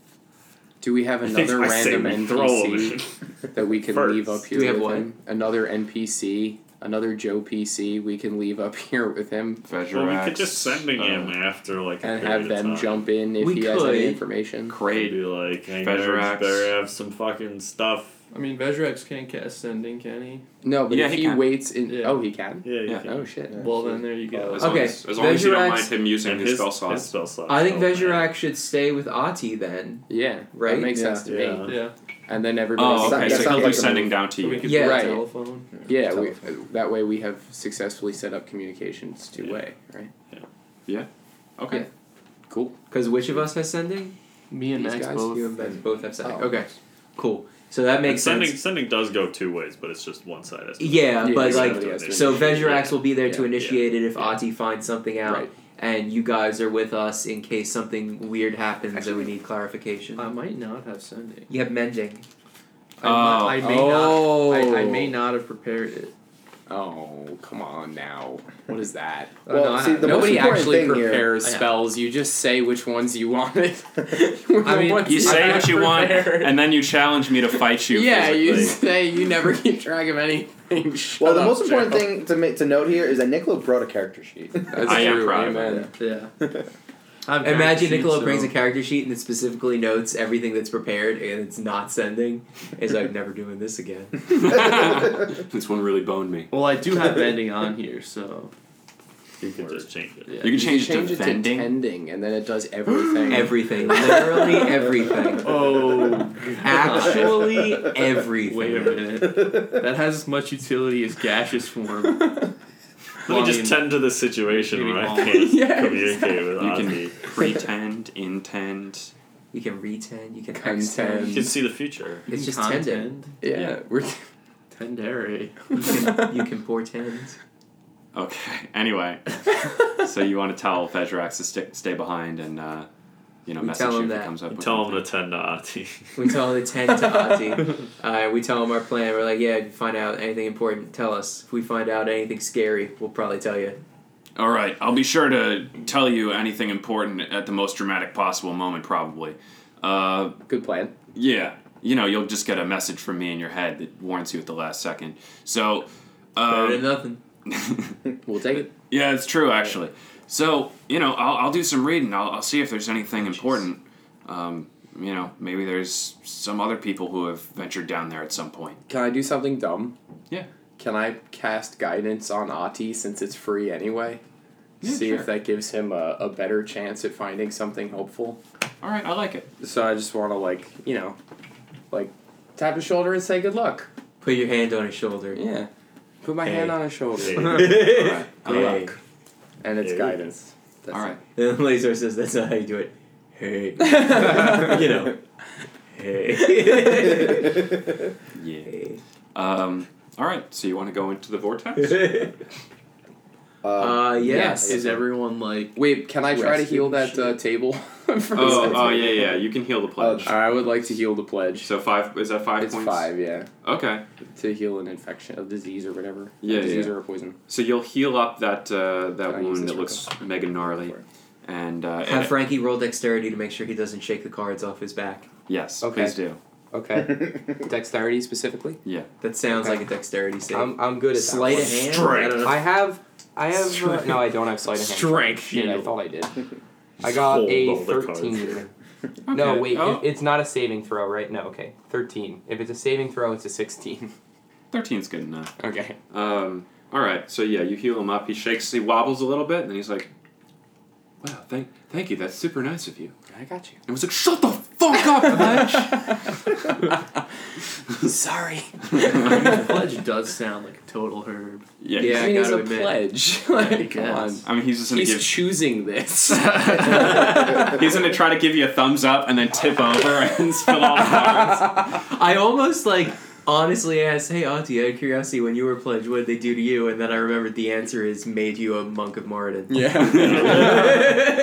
Speaker 4: Do we have another
Speaker 5: I say
Speaker 4: random
Speaker 5: we throw him.
Speaker 4: NPC that we can
Speaker 5: first.
Speaker 4: leave up here?
Speaker 2: Do we have
Speaker 4: with
Speaker 2: what?
Speaker 4: him? Another NPC, another Joe PC. We can leave up here with him
Speaker 5: Well, we
Speaker 1: Vezirax,
Speaker 5: could just send him
Speaker 1: uh,
Speaker 5: after like a
Speaker 4: um, and
Speaker 5: period
Speaker 4: have
Speaker 5: of
Speaker 4: them
Speaker 5: time.
Speaker 4: jump in if
Speaker 2: We
Speaker 4: he has any
Speaker 2: could.
Speaker 4: information.
Speaker 5: They'd
Speaker 1: Great.
Speaker 5: be like, hey,
Speaker 1: Vezirax.
Speaker 5: nerds, better have some fucking stuff.
Speaker 7: I mean, Vezrex can't cast sending, can he?
Speaker 4: No, but
Speaker 1: Yeah,
Speaker 4: if
Speaker 1: he
Speaker 4: he,
Speaker 1: can.
Speaker 4: waits in.
Speaker 7: Yeah.
Speaker 4: Oh, he can.
Speaker 5: Yeah, you
Speaker 1: Yeah.
Speaker 5: can.
Speaker 4: Oh shit.
Speaker 7: Well, then there you go.
Speaker 1: As
Speaker 2: Okay,
Speaker 1: long as, as long as you don't
Speaker 2: Vezirax-
Speaker 1: mind him using
Speaker 5: And
Speaker 1: his, spell
Speaker 5: his
Speaker 1: slots.
Speaker 5: spell slots.
Speaker 2: I think
Speaker 5: don't
Speaker 2: Vezirax should stay with Ati then.
Speaker 4: Yeah,
Speaker 2: Right?
Speaker 4: That makes
Speaker 3: Yeah.
Speaker 4: sense to
Speaker 5: Yeah.
Speaker 4: me.
Speaker 7: Yeah.
Speaker 4: And then everybody.
Speaker 1: Oh,
Speaker 3: That-
Speaker 1: okay.
Speaker 3: that
Speaker 1: So
Speaker 3: sounds
Speaker 1: he'll be
Speaker 3: like a
Speaker 1: sending
Speaker 3: move.
Speaker 1: down to
Speaker 7: So we
Speaker 1: you.
Speaker 7: could
Speaker 2: Yeah.
Speaker 7: do a
Speaker 4: Right.
Speaker 7: telephone.
Speaker 4: Yeah, we,
Speaker 3: Telephone.
Speaker 4: that way we have successfully set up communications two way, right?
Speaker 1: Okay.
Speaker 4: Cool.
Speaker 2: Because which of us has sending?
Speaker 7: Me and
Speaker 4: These
Speaker 7: Max
Speaker 4: guys?
Speaker 7: both.
Speaker 2: You and Ben both have sending.
Speaker 3: Oh.
Speaker 2: Okay, cool. So that
Speaker 5: And
Speaker 2: makes
Speaker 5: sending,
Speaker 2: sense.
Speaker 5: Sending does go two ways, but it's just one side. As
Speaker 2: Yeah,
Speaker 4: Yeah,
Speaker 2: but
Speaker 4: somebody
Speaker 2: like,
Speaker 4: has to
Speaker 2: so
Speaker 5: initiate.
Speaker 2: Vezirax will be there to
Speaker 4: Yeah,
Speaker 2: initiate it if
Speaker 5: yeah.
Speaker 2: Ati finds something out,
Speaker 4: Right.
Speaker 2: and you guys are with us in case something weird happens and we need clarification.
Speaker 7: I might not have sending.
Speaker 2: you have mending.
Speaker 1: Uh,
Speaker 7: I mi- I may
Speaker 4: Oh.
Speaker 7: not. I, I may not have prepared it.
Speaker 4: Oh, come on now. What is that?
Speaker 7: Oh,
Speaker 3: Well,
Speaker 7: no, I
Speaker 3: see,
Speaker 7: have-
Speaker 3: the most
Speaker 4: Nobody
Speaker 3: important
Speaker 4: actually
Speaker 3: thing here-
Speaker 4: prepares
Speaker 7: I have-
Speaker 4: spells. You just say which ones you wanted. We're the
Speaker 7: I mean,
Speaker 4: ones
Speaker 1: You say
Speaker 4: not
Speaker 1: what you want,
Speaker 4: prepared.
Speaker 1: and then you challenge me to fight you.
Speaker 4: yeah, you
Speaker 1: physically.
Speaker 4: say you never keep track of anything. Shut
Speaker 3: Well, the
Speaker 4: up,
Speaker 3: most important
Speaker 4: Joe.
Speaker 3: thing to make, to note here is that Nicola brought a character sheet.
Speaker 4: That's
Speaker 1: I am
Speaker 4: true,
Speaker 1: proud of
Speaker 4: amen.
Speaker 7: Yeah. I've got
Speaker 2: Imagine
Speaker 7: the sheet,
Speaker 2: Niccolo
Speaker 7: so-
Speaker 2: brings a character sheet and it specifically notes everything that's prepared and it's not sending. Is like never doing this again.
Speaker 3: That's
Speaker 1: this one really boned me.
Speaker 7: Well, I do have mending on here, so
Speaker 5: You could just change it.
Speaker 7: Yeah.
Speaker 1: You can change,
Speaker 4: change it to
Speaker 1: defending.
Speaker 4: tending, and then it does everything.
Speaker 2: Everything, literally everything.
Speaker 7: Oh,
Speaker 2: Actually, everything.
Speaker 7: wait a minute. That has as much utility as gaseous form.
Speaker 5: Let
Speaker 7: Well, I
Speaker 5: me just
Speaker 7: mean,
Speaker 5: tend to the situation
Speaker 7: maybe
Speaker 5: where I
Speaker 7: all-
Speaker 5: can't
Speaker 2: Yeah,
Speaker 5: communicate with
Speaker 1: you can
Speaker 5: Ozzy.
Speaker 1: pretend, intend.
Speaker 2: You can retend. You can
Speaker 4: Content.
Speaker 2: extend.
Speaker 5: You can see the future.
Speaker 2: It's just tending.
Speaker 7: Contend.
Speaker 4: yeah,
Speaker 1: Yeah.
Speaker 4: we're
Speaker 7: Tendere.
Speaker 2: You can, you can portend.
Speaker 1: Okay. Anyway, so you want to tell Fezrax to sti stay behind and, uh, you know,
Speaker 2: We
Speaker 1: message
Speaker 2: tell
Speaker 1: you
Speaker 2: him
Speaker 1: if
Speaker 2: that.
Speaker 1: it comes up.
Speaker 5: You
Speaker 1: with
Speaker 5: tell them
Speaker 1: anything.
Speaker 5: to tend to Ozzy.
Speaker 2: We tell the ten to Ozzy. Uh, we tell him our plan. We're like, yeah, if you find out anything important, tell us. If we find out anything scary, we'll probably tell you.
Speaker 1: All right, I'll be sure to tell you anything important at the most dramatic possible moment, probably. Uh,
Speaker 4: good plan.
Speaker 1: yeah, you know, you'll just get a message from me in your head that warns you at the last second. So,
Speaker 2: Better than
Speaker 1: um,
Speaker 2: nothing.
Speaker 4: We'll take it.
Speaker 1: yeah, it's true actually. So, you know, I'll, I'll do some reading. I'll, I'll see if there's anything important. Um, you know, maybe there's some other people who have ventured down there at some point.
Speaker 4: Can I do something dumb?
Speaker 1: Yeah.
Speaker 4: Can I cast guidance on Ati since it's free anyway?
Speaker 1: Yeah,
Speaker 4: See
Speaker 1: sure.
Speaker 4: if that gives him a, a better chance at finding something hopeful.
Speaker 1: All right, I like it.
Speaker 4: So I just want to like you know, like tap his shoulder and say good luck.
Speaker 2: Put your hand on his shoulder.
Speaker 4: Yeah. Put my hand on his shoulder.
Speaker 5: Hey.
Speaker 4: Good
Speaker 2: Hey.
Speaker 4: luck. And it's
Speaker 5: Hey.
Speaker 4: guidance. That's
Speaker 1: All right.
Speaker 2: Then Lazor says, "That's not how you do it." Hey,
Speaker 4: it.
Speaker 2: you know. Hey.
Speaker 1: Yeah. Um, all right. So you want to go into the vortex?
Speaker 3: Uh,
Speaker 2: uh, yeah.
Speaker 4: Yes.
Speaker 7: Is everyone like
Speaker 4: Wait, can I try to
Speaker 7: Rested
Speaker 4: heal
Speaker 7: and
Speaker 4: that
Speaker 7: shit.
Speaker 4: uh, table? for a
Speaker 1: Oh,
Speaker 4: second?
Speaker 1: oh yeah, yeah. You can heal the pledge.
Speaker 4: Uh, I would like to heal the pledge.
Speaker 1: So five is that five
Speaker 4: it's
Speaker 1: points?
Speaker 4: five, yeah,
Speaker 1: Okay.
Speaker 4: to heal an infection, a disease or whatever.
Speaker 1: Yeah,
Speaker 4: a disease
Speaker 1: yeah.
Speaker 4: or a poison.
Speaker 1: So you'll heal up that uh,
Speaker 4: I
Speaker 1: that
Speaker 4: use
Speaker 1: wound
Speaker 4: this
Speaker 1: that
Speaker 4: for
Speaker 1: looks mega gnarly,
Speaker 4: For it.
Speaker 1: and uh,
Speaker 2: Have
Speaker 1: it-
Speaker 2: Frankie roll dexterity to make sure he doesn't shake the cards off his back.
Speaker 1: yes,
Speaker 4: Okay.
Speaker 1: please do.
Speaker 4: Okay, dexterity specifically.
Speaker 2: That sounds
Speaker 4: Okay.
Speaker 2: like a dexterity save.
Speaker 4: I'm, I'm good at that
Speaker 2: Sleight of
Speaker 4: one.
Speaker 2: hand. I
Speaker 5: Strength.
Speaker 2: don't know.
Speaker 4: I have, I have. Uh,
Speaker 7: Strength.
Speaker 4: no, I don't have sleight of hand.
Speaker 7: strength
Speaker 4: Shit, I
Speaker 7: shield?
Speaker 4: thought I did. I got
Speaker 5: Hold
Speaker 4: a
Speaker 5: all the cards.
Speaker 4: thirteen. No,
Speaker 1: Okay.
Speaker 4: wait,
Speaker 1: Oh.
Speaker 4: it- it's not a saving throw, right? No, okay, thirteen. If it's a saving throw, it's a sixteen.
Speaker 1: Thirteen's good enough.
Speaker 4: Okay.
Speaker 1: Um, all right. So yeah, you heal him up. He shakes. He wobbles a little bit, and then he's like, "Wow, thank thank you. That's super nice of you."
Speaker 4: I got you.
Speaker 1: And was like, "Shut the fuck up, pledge."
Speaker 4: Sorry.
Speaker 7: Pledge does sound like a total herb.
Speaker 1: yeah. he's-
Speaker 2: Yeah. I gotta
Speaker 4: a
Speaker 2: admit.
Speaker 4: pledge. like, come
Speaker 7: guess.
Speaker 4: on.
Speaker 1: I mean, he's just gonna
Speaker 4: He's
Speaker 1: give.
Speaker 4: choosing this.
Speaker 1: he's gonna try to give you a thumbs up and then tip over and spill all the cards.
Speaker 2: I almost like honestly asked, "Hey, Auntie, out of curiosity, when you were pledged, what did they do to you?" And then I remembered the answer is made you a monk of Moradin.
Speaker 1: Yeah.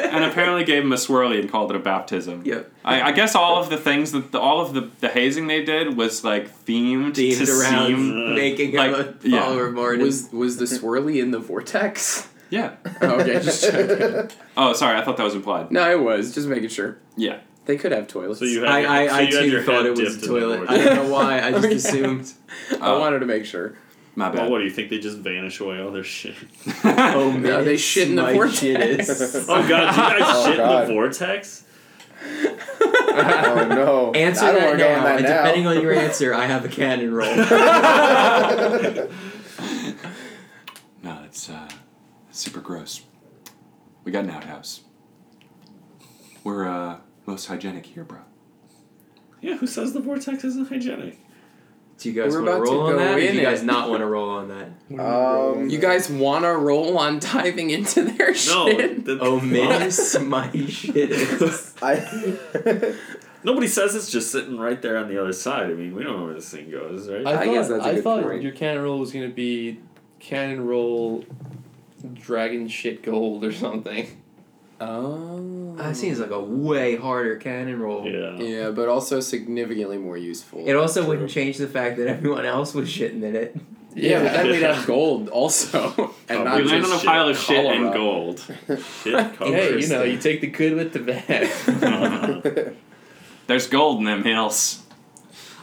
Speaker 1: and apparently gave him a swirly and called it a baptism.
Speaker 2: Yep.
Speaker 1: I, I guess all of the things that the, all of the, the hazing they did was like themed,
Speaker 2: Themed
Speaker 1: to
Speaker 2: around
Speaker 1: seem uh,
Speaker 2: making
Speaker 1: like,
Speaker 2: him a
Speaker 1: yeah.
Speaker 2: follower of Moradin.
Speaker 4: was was the swirly in the vortex?
Speaker 1: yeah.
Speaker 4: okay, just checking.
Speaker 1: Oh, sorry, I thought that was implied.
Speaker 4: No, it was just making sure.
Speaker 1: Yeah.
Speaker 4: They could have toilets.
Speaker 5: So you had
Speaker 2: I,
Speaker 5: your,
Speaker 2: I,
Speaker 5: so
Speaker 2: I
Speaker 5: you had
Speaker 2: too
Speaker 5: your
Speaker 2: thought
Speaker 5: head
Speaker 2: it was a
Speaker 5: dipped in the
Speaker 2: toilet. I
Speaker 5: vortex.
Speaker 2: don't know why. I just
Speaker 4: Okay.
Speaker 2: assumed.
Speaker 4: I wanted to make sure.
Speaker 1: My
Speaker 5: Well,
Speaker 1: bad.
Speaker 5: what do you think? They just vanish away all their shit.
Speaker 2: Oh,
Speaker 4: No, they
Speaker 2: minutes,
Speaker 4: shit in the
Speaker 2: my
Speaker 4: vortex.
Speaker 2: shit is-
Speaker 5: Oh god, do you guys
Speaker 3: Oh,
Speaker 5: shit in
Speaker 3: God.
Speaker 5: the vortex?
Speaker 3: oh no!
Speaker 2: Answer
Speaker 3: I don't
Speaker 2: that
Speaker 3: wanna go
Speaker 2: now.
Speaker 3: on that
Speaker 2: and
Speaker 3: now.
Speaker 2: depending on your answer, I have a cannon roll.
Speaker 1: no, it's uh, super gross. We got an outhouse. We're uh, most hygienic here, bro.
Speaker 5: Yeah, who says the vortex isn't hygienic?
Speaker 2: do you guys
Speaker 4: We're
Speaker 2: want to
Speaker 4: about to
Speaker 2: roll on
Speaker 4: go
Speaker 2: that? Or do
Speaker 4: in
Speaker 2: you guys
Speaker 4: and-
Speaker 2: not want to roll on that?
Speaker 3: Um,
Speaker 4: You guys want to roll on diving into their
Speaker 5: No,
Speaker 4: shit?
Speaker 5: the-
Speaker 2: Oh, minutes, my shit is.
Speaker 3: I
Speaker 5: Nobody says it's just sitting right there on the other side. I mean, we don't know where this thing goes, right?
Speaker 7: I,
Speaker 4: I
Speaker 7: thought,
Speaker 4: guess that's a
Speaker 7: I
Speaker 4: good
Speaker 7: thought
Speaker 4: point.
Speaker 7: your cannon roll was gonna be cannon roll, dragon shit gold or something.
Speaker 4: Oh.
Speaker 2: That seems like a way harder cannon roll.
Speaker 5: yeah. Oh,
Speaker 4: Yeah, but also significantly more useful.
Speaker 2: It also
Speaker 5: True.
Speaker 2: wouldn't change the fact that everyone else was shitting in it.
Speaker 4: yeah, but then we'd
Speaker 5: Yeah.
Speaker 4: have gold also, and
Speaker 5: Oh,
Speaker 4: not
Speaker 1: we land
Speaker 4: just
Speaker 1: on a
Speaker 5: shit,
Speaker 1: pile of shit and
Speaker 4: cholera.
Speaker 1: gold.
Speaker 5: Shit covers.
Speaker 7: Hey, you know, you take the good with the bad.
Speaker 1: There's gold in them hills.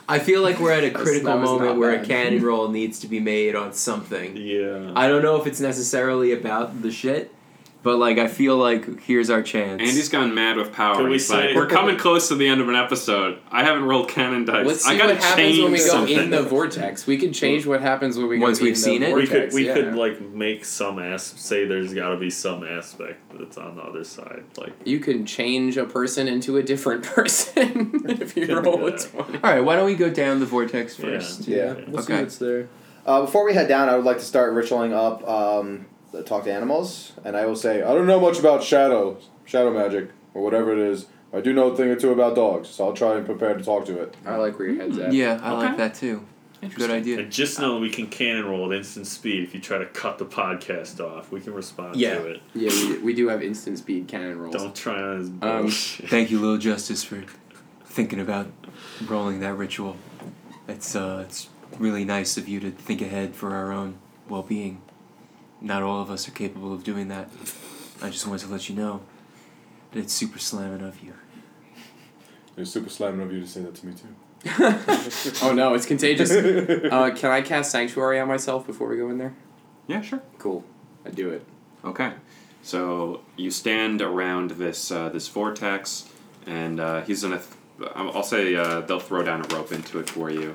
Speaker 2: I feel like we're at a
Speaker 4: That's-
Speaker 2: critical
Speaker 4: that was
Speaker 2: moment
Speaker 4: not
Speaker 2: where a
Speaker 4: bad.
Speaker 2: cannon roll needs to be made on something.
Speaker 5: yeah.
Speaker 2: I don't know if it's necessarily about the shit, But like, I feel like here's our chance.
Speaker 1: Andy's gone mad with power.
Speaker 5: Can we
Speaker 1: He's like,
Speaker 5: say-
Speaker 1: we're coming close to the end of an episode. I haven't rolled cannon dice.
Speaker 4: Let's see
Speaker 1: I gotta
Speaker 4: what happens
Speaker 1: change
Speaker 4: when we go
Speaker 1: something.
Speaker 4: in the vortex. We can change what happens when we go
Speaker 2: Once we've
Speaker 4: in the
Speaker 2: seen it?
Speaker 5: we could
Speaker 4: vortex.
Speaker 5: we
Speaker 4: yeah.
Speaker 5: could like make some as say there's got to be some aspect that's on the other side. Like
Speaker 4: you can change a person into a different person if you
Speaker 5: Could
Speaker 4: roll
Speaker 5: do
Speaker 4: a
Speaker 5: that.
Speaker 4: twenty.
Speaker 2: All right, why don't we go down the vortex first?
Speaker 3: Yeah.
Speaker 7: We'll see
Speaker 2: Okay.
Speaker 7: what's there.
Speaker 3: Uh, before we head down, I would like to start ritualing up um, the talk to animals, and I will say I don't know much about shadow, shadow magic, or whatever it is. I do know a thing or two about dogs, so I'll try and prepare to talk to it.
Speaker 4: I like where your head's
Speaker 2: Yeah,
Speaker 4: at.
Speaker 2: I
Speaker 1: Okay.
Speaker 2: like that too. Good idea.
Speaker 5: And
Speaker 4: Uh,
Speaker 5: just know we can cannon roll at instant speed if you try to cut the podcast off. We can respond
Speaker 6: Yeah.
Speaker 5: to it.
Speaker 4: Yeah, we, we do have instant speed cannon rolls.
Speaker 5: Don't try on his
Speaker 4: Um,
Speaker 5: bullshit.
Speaker 2: Thank you, Lil Justice, for thinking about rolling that ritual. It's uh, it's really nice of you to think ahead for our own well-being. Not all of us are capable of doing that. I just wanted to let you know that it's super slamming of you.
Speaker 9: It's super slamming of you to say that to me too.
Speaker 4: oh no, it's contagious. uh, can I cast sanctuary on myself before we go in there?
Speaker 1: Yeah, sure.
Speaker 4: Cool, I do it.
Speaker 1: Okay, so you stand around this uh, this vortex, and uh, he's gonna. Th- I'll I'll say uh, they'll throw down a rope into it for you.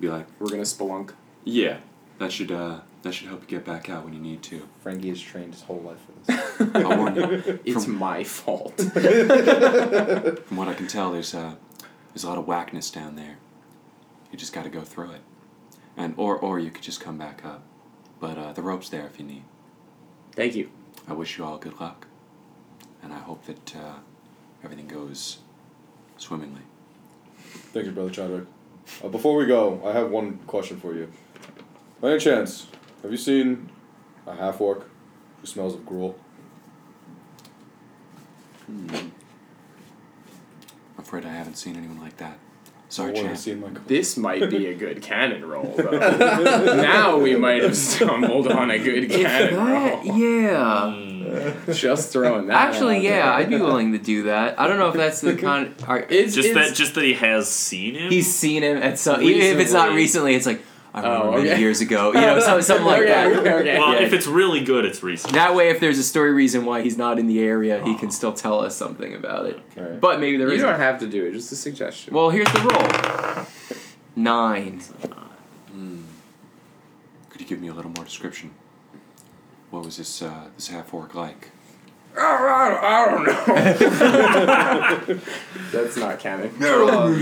Speaker 1: Be like,
Speaker 4: We're gonna spelunk.
Speaker 1: yeah, that should uh, that should help you get back out when you need to.
Speaker 3: Frankie has trained his whole life for this.
Speaker 1: I warn you.
Speaker 4: It's my fault.
Speaker 1: From what I can tell, there's uh, there's a lot of whackness down there. You just got to go through it, and or or you could just come back up. But uh, the rope's there if you need.
Speaker 4: Thank you.
Speaker 1: I wish you all good luck, and I hope that uh, everything goes swimmingly.
Speaker 9: Thank you, brother Chadwick. Uh, before we go, I have one question for you. By any chance, have you seen a half orc who smells of gruel?
Speaker 1: I'm afraid I haven't seen anyone like that.
Speaker 9: Or
Speaker 1: Sorry,
Speaker 9: one
Speaker 1: champ.
Speaker 9: who's seen like
Speaker 4: This might be a good cannon roll, though. now we might have stumbled on a good cannon
Speaker 2: That-
Speaker 4: roll.
Speaker 2: yeah.
Speaker 5: Hmm.
Speaker 4: Just throwing that. out
Speaker 2: Actually, yeah,
Speaker 4: there.
Speaker 2: I'd be willing to do that. I don't know if that's the con. Or
Speaker 4: It's,
Speaker 5: just
Speaker 4: it's-
Speaker 5: that just that he has seen him.
Speaker 2: he's seen him at some. Even if it's not
Speaker 5: Recently.
Speaker 2: recently, it's like I remember
Speaker 4: Oh,
Speaker 2: many
Speaker 4: okay.
Speaker 2: years ago. You know, something, something like
Speaker 4: Okay,
Speaker 2: that.
Speaker 4: okay, okay.
Speaker 5: well,
Speaker 2: yeah.
Speaker 5: if it's really good, it's recent.
Speaker 2: That way, if there's a story reason why he's not in the area, he can still tell us something about it.
Speaker 9: Alright.
Speaker 2: But maybe there
Speaker 4: You don't
Speaker 2: isn't.
Speaker 4: have to do it. Just a suggestion.
Speaker 2: Well, here's the roll. Nine.
Speaker 1: Could you give me a little more description? What was this uh, this half orc like?
Speaker 4: I don't know. That's not canon.
Speaker 9: Well,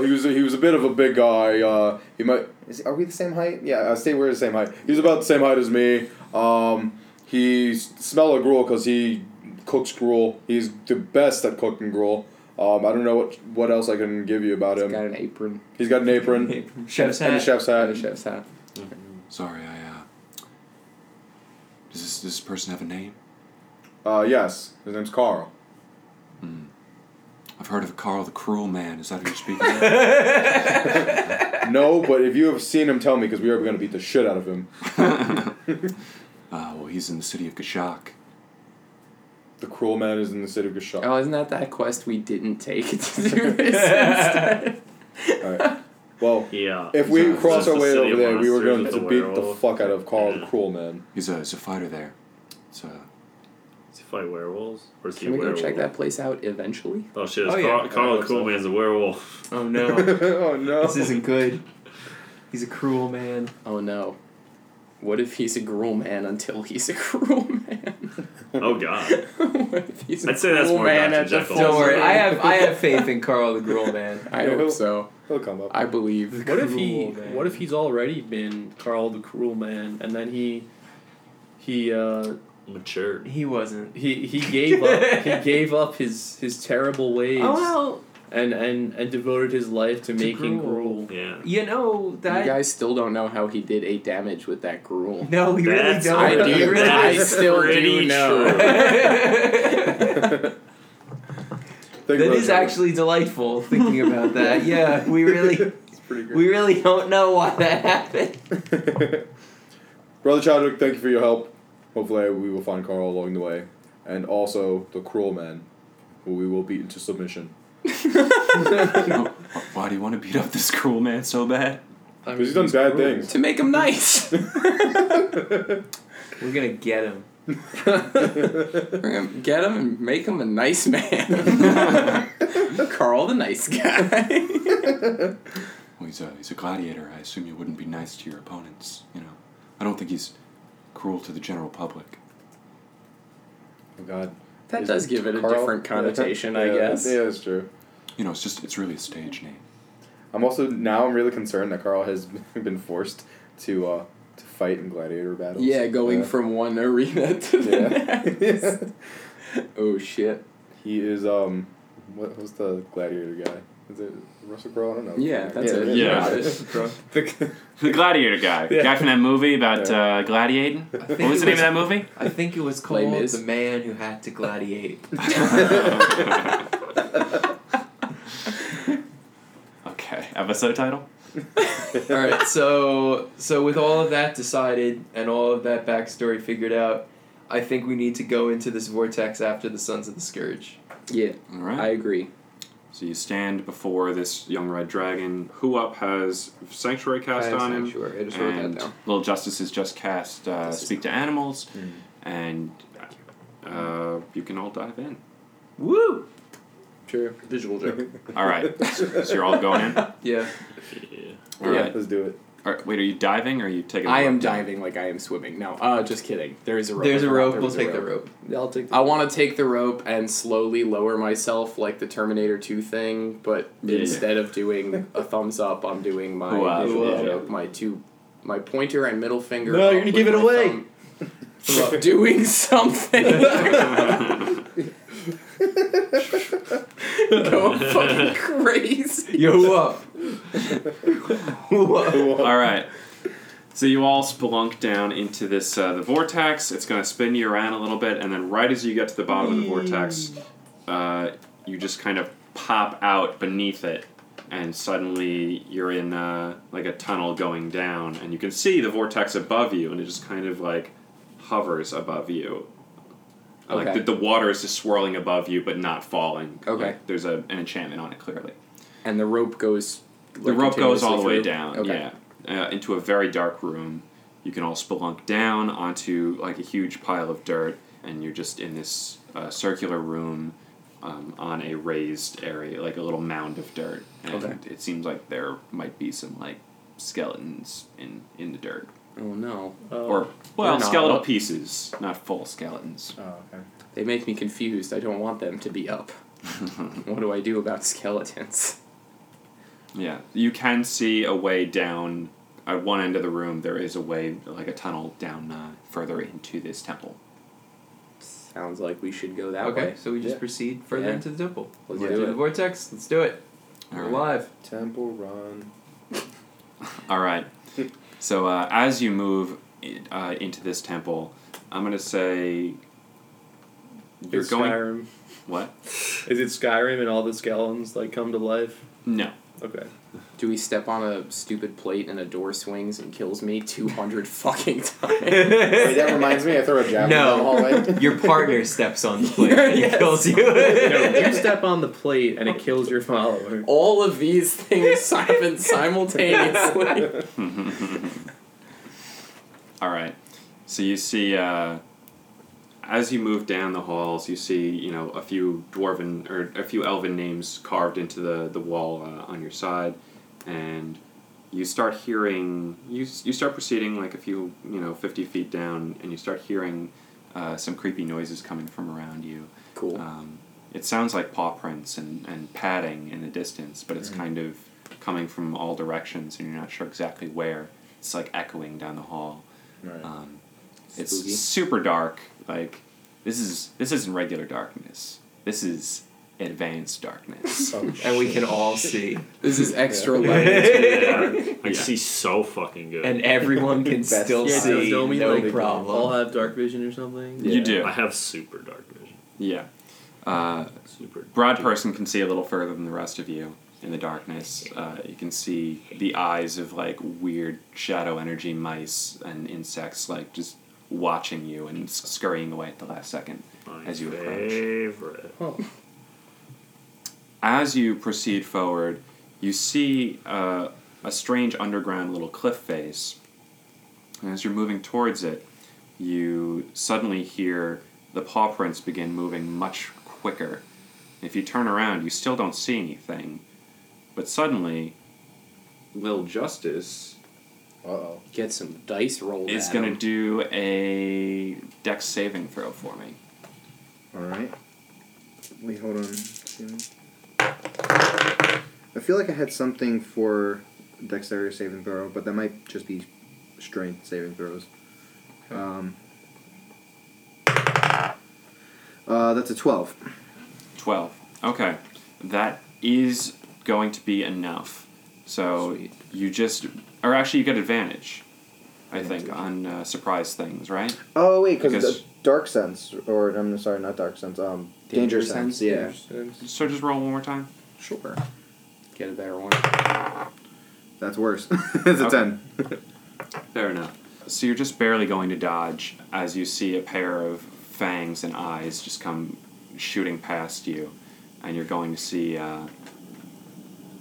Speaker 9: he was he was a bit of a big guy. Uh, he might
Speaker 3: Is, are we the same height? Yeah.
Speaker 9: I say we're the same height. He's about the same height as me. Um, he s- smell of gruel because he cooks gruel. He's the best at cooking gruel. Um, I don't know what what else I can give you about him.
Speaker 4: Got an apron
Speaker 9: He's got an apron
Speaker 2: Chef's
Speaker 9: and a
Speaker 2: hat.
Speaker 9: chef's
Speaker 4: and a
Speaker 9: hat.
Speaker 4: chef's hat.
Speaker 1: Sorry, I. Uh, does this does this person have a name?
Speaker 9: Uh, yes, his name's Carl.
Speaker 1: I've heard of Carl the Cruel Man. Is that who you're speaking of?
Speaker 9: No, but if you have seen him, tell me because we are going to beat the shit out of him.
Speaker 1: Uh, well, he's in the city of Gashak.
Speaker 9: The cruel man is in the city of Gashak.
Speaker 4: Oh, isn't that that quest we didn't take to do this instead?
Speaker 9: Well,
Speaker 5: Yeah.
Speaker 9: if we
Speaker 1: So,
Speaker 9: cross
Speaker 5: so
Speaker 9: our
Speaker 5: the
Speaker 9: way
Speaker 5: city
Speaker 9: over
Speaker 5: of
Speaker 9: there, we were
Speaker 5: monsters
Speaker 9: going
Speaker 5: is
Speaker 9: to
Speaker 5: the
Speaker 9: beat the
Speaker 5: werewolf.
Speaker 9: fuck out of Carl the
Speaker 5: Yeah.
Speaker 9: cruel man.
Speaker 1: He's a, he's a fighter there. It's a,
Speaker 5: Does he fight werewolves? Or is he
Speaker 4: Can
Speaker 5: a
Speaker 4: we go
Speaker 5: werewolf?
Speaker 4: check that place out eventually?
Speaker 5: Oh shit!
Speaker 2: Oh,
Speaker 5: It's
Speaker 2: yeah.
Speaker 5: Carl, Carl the Cool Man's a werewolf.
Speaker 2: Oh no,
Speaker 9: oh no!
Speaker 2: this isn't good. He's a cruel man.
Speaker 4: Oh no. What if he's a gruel man until he's a gruel man?
Speaker 5: Oh god!
Speaker 4: what if he's a
Speaker 5: I'd say that's
Speaker 4: gruel
Speaker 5: more
Speaker 4: man
Speaker 5: Dr.
Speaker 4: at the
Speaker 5: Jekyll.
Speaker 2: Don't
Speaker 4: full
Speaker 2: worry,
Speaker 4: moon?
Speaker 2: I have I have faith in Carl the cruel man.
Speaker 4: I hope so.
Speaker 9: He'll come up.
Speaker 4: I believe.
Speaker 7: What if he?
Speaker 2: Cruel man.
Speaker 7: What if he's already been Carl the Cruel Man, and then he, he, uh,
Speaker 5: Mature.
Speaker 2: He wasn't.
Speaker 7: he, he gave up. He gave up his his terrible ways,
Speaker 2: Oh well,
Speaker 7: and and and devoted his life to, making
Speaker 2: gruel.
Speaker 7: gruel.
Speaker 5: Yeah.
Speaker 2: you know
Speaker 4: You
Speaker 2: that.
Speaker 4: guys still don't know how he did eight damage with that gruel.
Speaker 2: no, we really
Speaker 5: That's
Speaker 2: don't.
Speaker 4: I do.
Speaker 2: We really
Speaker 4: I
Speaker 5: that is
Speaker 4: still do
Speaker 5: pretty
Speaker 4: know.
Speaker 5: true.
Speaker 9: Think
Speaker 2: That
Speaker 9: about
Speaker 2: is
Speaker 9: it.
Speaker 2: actually delightful thinking about that. Yeah, we really
Speaker 9: It's pretty great.
Speaker 2: we really don't know why that happened.
Speaker 9: Brother Chadwick, thank you for your help. Hopefully, we will find Carl along the way, and also the cruel man, who we will beat into submission.
Speaker 1: oh, wh- why do you want to beat up this cruel man so bad?
Speaker 9: Because he's done bad
Speaker 7: cruel.
Speaker 9: things.
Speaker 4: to make him nice.
Speaker 2: We're gonna get him.
Speaker 4: We're gonna get him and make him a nice man. Carl the nice guy.
Speaker 1: Well, he's a, he's a gladiator. I assume you wouldn't be nice to your opponents, you know. I don't think he's cruel to the general public.
Speaker 3: Oh God.
Speaker 4: that
Speaker 3: Is
Speaker 4: does give it a
Speaker 3: Carl?
Speaker 4: different connotation, I
Speaker 3: Yeah,
Speaker 4: guess.
Speaker 3: Yeah, that's true.
Speaker 1: You know, it's just, it's really a stage name.
Speaker 3: I'm also now I'm really concerned that Carl has been forced to uh, to fight in gladiator battles.
Speaker 4: Yeah, going
Speaker 3: Uh,
Speaker 4: from one arena to the
Speaker 3: yeah.
Speaker 4: next. oh shit.
Speaker 3: he is um what was the gladiator guy? Is it Russell Crowe? I don't know.
Speaker 4: Yeah, that's it.
Speaker 1: Yeah.
Speaker 4: That's it.
Speaker 3: The-
Speaker 1: The gladiator guy. The guy from that movie about uh, gladiating. What was the name of that movie?
Speaker 2: I think it was
Speaker 4: Clay
Speaker 2: called
Speaker 4: Miz.
Speaker 2: The Man Who Had to Gladiate.
Speaker 1: Okay. Episode title?
Speaker 2: all right, so so with all of that decided and all of that backstory figured out, I think we need to go into this vortex after the Sons of the Scourge.
Speaker 4: Yeah,
Speaker 1: All right.
Speaker 4: I agree.
Speaker 1: So you stand before this young red dragon. Who up has sanctuary cast
Speaker 4: I am
Speaker 1: on him,
Speaker 4: sanctuary. I just wrote that
Speaker 1: and
Speaker 4: down. Hmm.
Speaker 1: little justice has just cast uh, speak to animals, and uh, you can all dive in.
Speaker 2: Woo!
Speaker 4: Sure. Visual joke.
Speaker 1: All right, so you're all going in. All
Speaker 2: Yeah.
Speaker 5: Yeah.
Speaker 1: right.
Speaker 3: Let's do it.
Speaker 1: All right. Wait, are you diving or are you taking? a
Speaker 4: I
Speaker 1: look?
Speaker 4: am diving like I am swimming. No, uh, just kidding. There is a rope.
Speaker 2: There's a
Speaker 4: I forgot
Speaker 2: rope.
Speaker 4: there
Speaker 2: We'll
Speaker 4: was a
Speaker 2: take the rope. I'll take. The
Speaker 4: I want to take the rope and slowly lower myself like the Terminator 2 thing, but
Speaker 1: Yeah, yeah.
Speaker 4: instead of doing a thumbs up, I'm doing my
Speaker 1: Ooh, ah,
Speaker 4: visual
Speaker 1: yeah.
Speaker 4: joke, my two, my pointer and middle finger.
Speaker 6: No,
Speaker 4: up
Speaker 6: you're gonna
Speaker 4: with
Speaker 6: give it
Speaker 4: my
Speaker 6: away.
Speaker 4: thumb. Look, doing something. Go fucking crazy.
Speaker 2: Yo, who up? who up?
Speaker 1: All right. So you all spelunk down into this uh, the vortex. It's going to spin you around a little bit, and then right as you get to the bottom of the vortex, uh, you just kind of pop out beneath it, and suddenly you're in uh, like a tunnel going down, and you can see the vortex above you, and it just kind of like hovers above you. Like
Speaker 4: Okay.
Speaker 1: the, the water is just swirling above you, but not falling.
Speaker 4: Okay.
Speaker 1: Like, there's a, an enchantment on it clearly.
Speaker 4: And the rope goes.
Speaker 1: The
Speaker 4: like,
Speaker 1: rope goes all the way
Speaker 4: continuously
Speaker 1: down,
Speaker 4: through? Okay.
Speaker 1: yeah, uh, into a very dark room. You can all spelunk down onto like a huge pile of dirt, and you're just in this uh, circular room um, on a raised area, like a little mound of dirt. And
Speaker 4: Okay.
Speaker 1: it seems like there might be some like skeletons in in the dirt,
Speaker 4: Oh no.
Speaker 1: or well,
Speaker 4: not.
Speaker 1: skeletal pieces, not full skeletons.
Speaker 3: Oh, okay.
Speaker 4: They make me confused. I don't want them to be up. what do I do about skeletons?
Speaker 1: Yeah, you can see a way down at one end of the room. There is a way, like a tunnel down uh, further into this temple.
Speaker 4: Sounds like we should go that
Speaker 2: Okay,
Speaker 4: way.
Speaker 2: so we just
Speaker 3: Yeah.
Speaker 2: proceed further
Speaker 4: Yeah.
Speaker 2: into the temple.
Speaker 4: Let's
Speaker 2: We're
Speaker 4: do
Speaker 2: through
Speaker 4: it.
Speaker 2: the vortex. Let's do it.
Speaker 1: All
Speaker 2: We're
Speaker 1: right.
Speaker 2: live.
Speaker 3: Temple Run.
Speaker 1: All right. So uh, as you move i- uh, into this temple, I'm gonna say you're
Speaker 7: Is
Speaker 1: going.
Speaker 7: Skyrim.
Speaker 1: What?
Speaker 7: Is it Skyrim and all the skeletons like come to life?
Speaker 1: No.
Speaker 7: Okay.
Speaker 4: Do we step on a stupid plate and a door swings and kills me 200 fucking times?
Speaker 3: Wait, that reminds me. I throw a javelin
Speaker 2: No.
Speaker 3: down the hallway.
Speaker 2: Your partner steps on the plate and
Speaker 4: Yes.
Speaker 2: kills you.
Speaker 7: No, you step on the plate and it kills your follower.
Speaker 4: All of these things happen simultaneously.
Speaker 1: All right. So you see, uh, as you move down the halls, you see you know a few dwarven or a few elven names carved into the the wall uh, on your side, and you start hearing you s- you start proceeding like a few you know fifty feet down, and you start hearing uh, some creepy noises coming from around you.
Speaker 4: Cool.
Speaker 1: Um, it sounds like paw prints and, and padding in the distance, but it's
Speaker 4: Mm-hmm.
Speaker 1: kind of coming from all directions, and you're not sure exactly where. It's like echoing down the hall. Um, it's
Speaker 4: Spooky.
Speaker 1: super dark. Like this is this isn't regular darkness. This is advanced darkness.
Speaker 3: Oh,
Speaker 2: and we can all see.
Speaker 4: This is extra
Speaker 5: Yeah.
Speaker 4: level.
Speaker 5: I see so fucking good.
Speaker 2: And everyone can
Speaker 3: Best
Speaker 2: still
Speaker 3: Yeah,
Speaker 2: see.
Speaker 7: don't we,
Speaker 2: no
Speaker 7: like, All
Speaker 2: problem.
Speaker 7: have dark vision or something.
Speaker 1: You do,
Speaker 5: I have super dark vision.
Speaker 1: yeah. Uh,
Speaker 5: Super.
Speaker 1: broad person can see a little further than the rest of you in the darkness. Uh, you can see the eyes of like weird shadow energy mice and insects, like just watching you and s- scurrying away at the last second
Speaker 5: My
Speaker 1: as you approach.
Speaker 5: favorite.
Speaker 1: As you proceed forward, you see uh, a strange underground little cliff face, and as you're moving towards it, you suddenly hear the paw prints begin moving much quicker. If you turn around, you still don't see anything. But suddenly, Lil Justice
Speaker 3: Uh oh.
Speaker 4: Get some dice rolled.
Speaker 1: is
Speaker 4: at
Speaker 1: going to
Speaker 4: him.
Speaker 1: do a dex saving throw for me.
Speaker 3: Alright. Wait, hold on. I feel like I had something for dexterity saving throw, but that might just be strength saving throws. Um, uh, that's a 12.
Speaker 1: 12. Okay. That is going to be enough. So you just. Or actually, you get advantage, I think, on uh, surprise things, right?
Speaker 3: Oh, wait,
Speaker 1: Because-
Speaker 3: because dark sense, or I'm sorry, not dark sense, um, danger,
Speaker 4: Danger
Speaker 3: sense,
Speaker 4: sense?
Speaker 3: yeah.
Speaker 1: So just roll one more time.
Speaker 3: Sure.
Speaker 4: Get a better one.
Speaker 3: That's worse. it's a
Speaker 1: Okay.
Speaker 3: 10.
Speaker 1: Fair enough. So you're just barely going to dodge as you see a pair of fangs and eyes just come shooting past you, and you're going to see uh,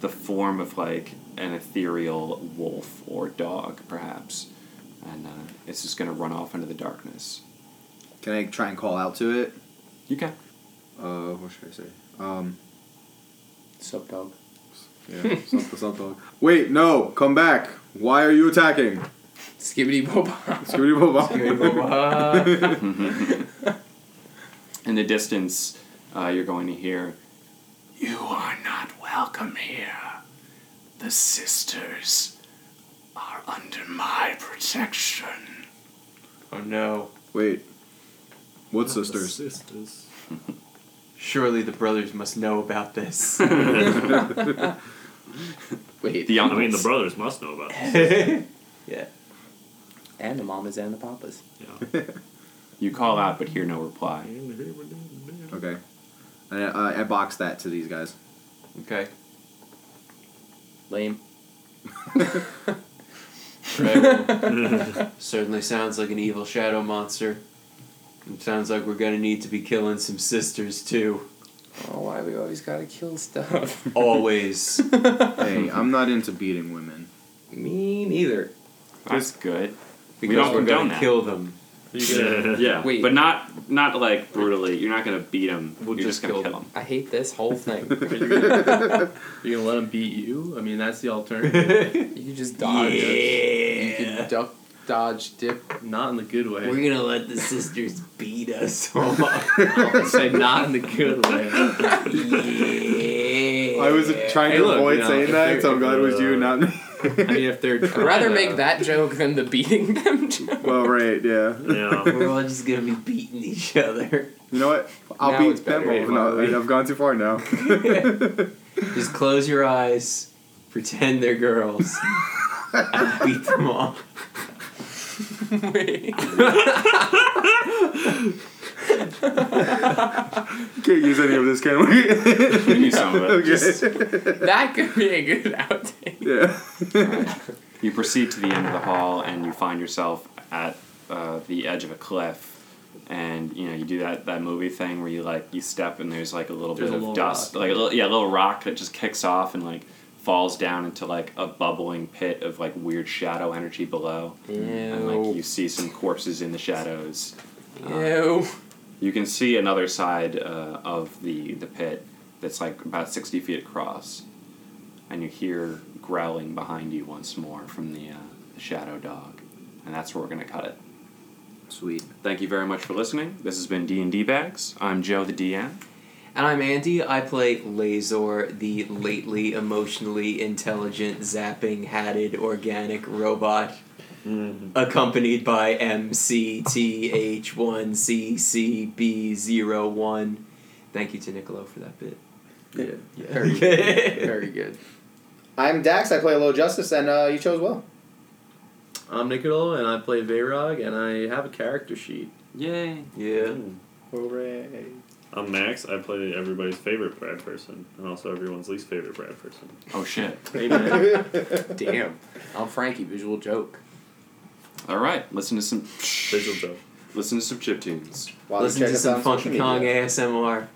Speaker 1: the form of like an ethereal wolf or dog, perhaps, and uh, it's just going to run off into the darkness.
Speaker 3: Can I try and call out to it?
Speaker 1: You can.
Speaker 3: Uh, what should I say? Um,
Speaker 4: Sub dog.
Speaker 3: yeah, something, something. Wait, no, come back. Why are you attacking?
Speaker 4: Skibbity boba.
Speaker 3: Scooty Bob.
Speaker 2: "Ah."
Speaker 1: In the distance, uh, you're going to hear, You are not welcome here. The sisters are under my protection.
Speaker 2: Oh no.
Speaker 3: Wait. What
Speaker 5: Sisters.
Speaker 3: sisters?
Speaker 5: Sisters.
Speaker 2: Surely the brothers must know about this.
Speaker 4: Wait.
Speaker 1: The
Speaker 5: I
Speaker 1: uncles.
Speaker 5: mean, the brothers must know about this.
Speaker 4: and the mamas and the papas.
Speaker 5: Yeah.
Speaker 1: you call out but hear no reply.
Speaker 3: Okay. I, I, I boxed that to these guys.
Speaker 2: okay.
Speaker 4: Lame.
Speaker 2: Right. well, certainly sounds like an evil shadow monster. It sounds like we're gonna need to be killing some sisters too.
Speaker 4: Oh, why we always gotta kill stuff?
Speaker 2: Always.
Speaker 3: hey, I'm not into beating women.
Speaker 4: Me neither.
Speaker 1: That's good.
Speaker 2: Because
Speaker 1: don't
Speaker 2: are
Speaker 1: condone
Speaker 2: gonna
Speaker 1: that.
Speaker 2: kill them.
Speaker 5: Yeah.
Speaker 1: Yeah,
Speaker 4: Wait.
Speaker 1: but not not like brutally. You're not gonna beat them.
Speaker 2: We'll
Speaker 1: You're just
Speaker 2: just
Speaker 1: gonna
Speaker 2: kill
Speaker 1: kill them.
Speaker 4: I hate this whole thing.
Speaker 7: You're gonna let them beat you? I mean, that's the alternative.
Speaker 4: You can just dodge. You can duck, dodge, dip.
Speaker 7: not in the good way.
Speaker 2: gonna let the sisters beat us.
Speaker 7: Say not in the good way.
Speaker 2: yeah.
Speaker 6: I was trying
Speaker 7: Hey,
Speaker 6: to
Speaker 7: look,
Speaker 6: avoid
Speaker 7: you know,
Speaker 6: saying
Speaker 7: if
Speaker 6: that,
Speaker 7: they're-
Speaker 6: so I'm glad it was you,
Speaker 7: uh,
Speaker 6: not me.
Speaker 7: I mean, if they're
Speaker 4: I'd rather make that joke than the beating them joke.
Speaker 6: well, right, yeah.
Speaker 5: Yeah.
Speaker 2: We're all just gonna be beating each other.
Speaker 6: You know what? I'll
Speaker 4: Now it's
Speaker 6: beat
Speaker 4: better.
Speaker 6: them both. No, I- I've gone too far now.
Speaker 2: Just close your eyes, pretend they're girls, and beat them all.
Speaker 4: Wait.
Speaker 6: Can't use any of this, can we?
Speaker 1: You use some of it.
Speaker 6: okay.
Speaker 1: Just-
Speaker 4: That could be a good outtake.
Speaker 6: yeah.
Speaker 1: You proceed to the end of the hall and you find yourself at uh, the edge of a cliff. And you know you do that, that movie thing where you like you step and there's like a little
Speaker 7: There's
Speaker 1: bit
Speaker 7: a
Speaker 1: of
Speaker 7: little
Speaker 1: dust, like a little, yeah, a little rock that just kicks off and like falls down into like a bubbling pit of like weird shadow energy below, and like you
Speaker 4: Ew.
Speaker 1: see some corpses in the shadows.
Speaker 4: Ew.
Speaker 1: You can see another side uh, of the the pit that's like about sixty feet across, and you hear growling behind you once more from the, uh, the shadow dog, and that's where we're gonna cut it.
Speaker 3: Sweet.
Speaker 1: Thank you very much for listening. This has been D and D Bags. I'm Joe the DM.
Speaker 2: And I'm Andy. I play Lazor, the lately emotionally intelligent, zapping, hatted, organic robot,
Speaker 5: Mm-hmm.
Speaker 2: accompanied by MCTH1CCB01. Thank you to Niccolo for that bit.
Speaker 7: Yeah.
Speaker 4: Very good. Very good.
Speaker 3: I'm Dax. I play Low Justice, and uh, you chose well.
Speaker 7: I'm Nicolo, and I play Veyrog, and I have a character sheet.
Speaker 1: Yay!
Speaker 2: Yeah.
Speaker 6: Hooray.
Speaker 5: I'm Max. I play everybody's favorite Brad person, and also everyone's least favorite Brad person.
Speaker 1: Oh shit!
Speaker 7: Amen.
Speaker 4: Damn. I'm Frankie, visual joke.
Speaker 1: All right, listen to some
Speaker 5: Visual joke.
Speaker 1: listen to some chip tunes.
Speaker 3: Wow,
Speaker 2: Listen
Speaker 3: check
Speaker 2: to
Speaker 3: us out
Speaker 2: some
Speaker 3: on social
Speaker 2: Funky
Speaker 3: media.
Speaker 2: Kong ASMR.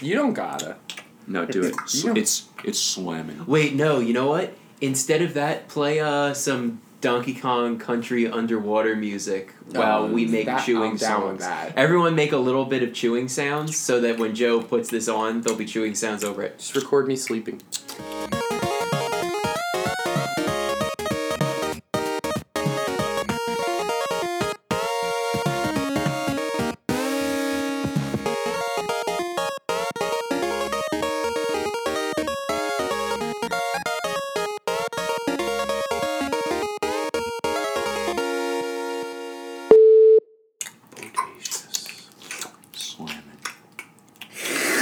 Speaker 4: You don't gotta.
Speaker 1: No, do it.
Speaker 4: You don't-
Speaker 1: It's it's slamming.
Speaker 2: Wait, no, you know what? Instead of that, play uh, some Donkey Kong Country underwater music while
Speaker 4: Um,
Speaker 2: we make
Speaker 4: that-
Speaker 2: chewing
Speaker 4: I'm down with
Speaker 2: sounds.
Speaker 4: that.
Speaker 2: Everyone make a little bit of chewing sounds so that when Joe puts this on, there'll be chewing sounds over it.
Speaker 4: Just record me sleeping.
Speaker 1: Slamming.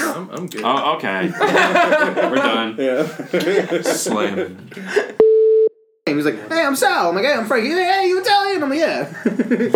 Speaker 7: I'm, I'm good.
Speaker 1: Oh, okay. We're done.
Speaker 9: Yeah.
Speaker 8: Slam.
Speaker 3: He was like, "Hey, I'm Sal." I'm like, "Hey, I'm Frankie." Hey, you Italian? I'm like, "Yeah."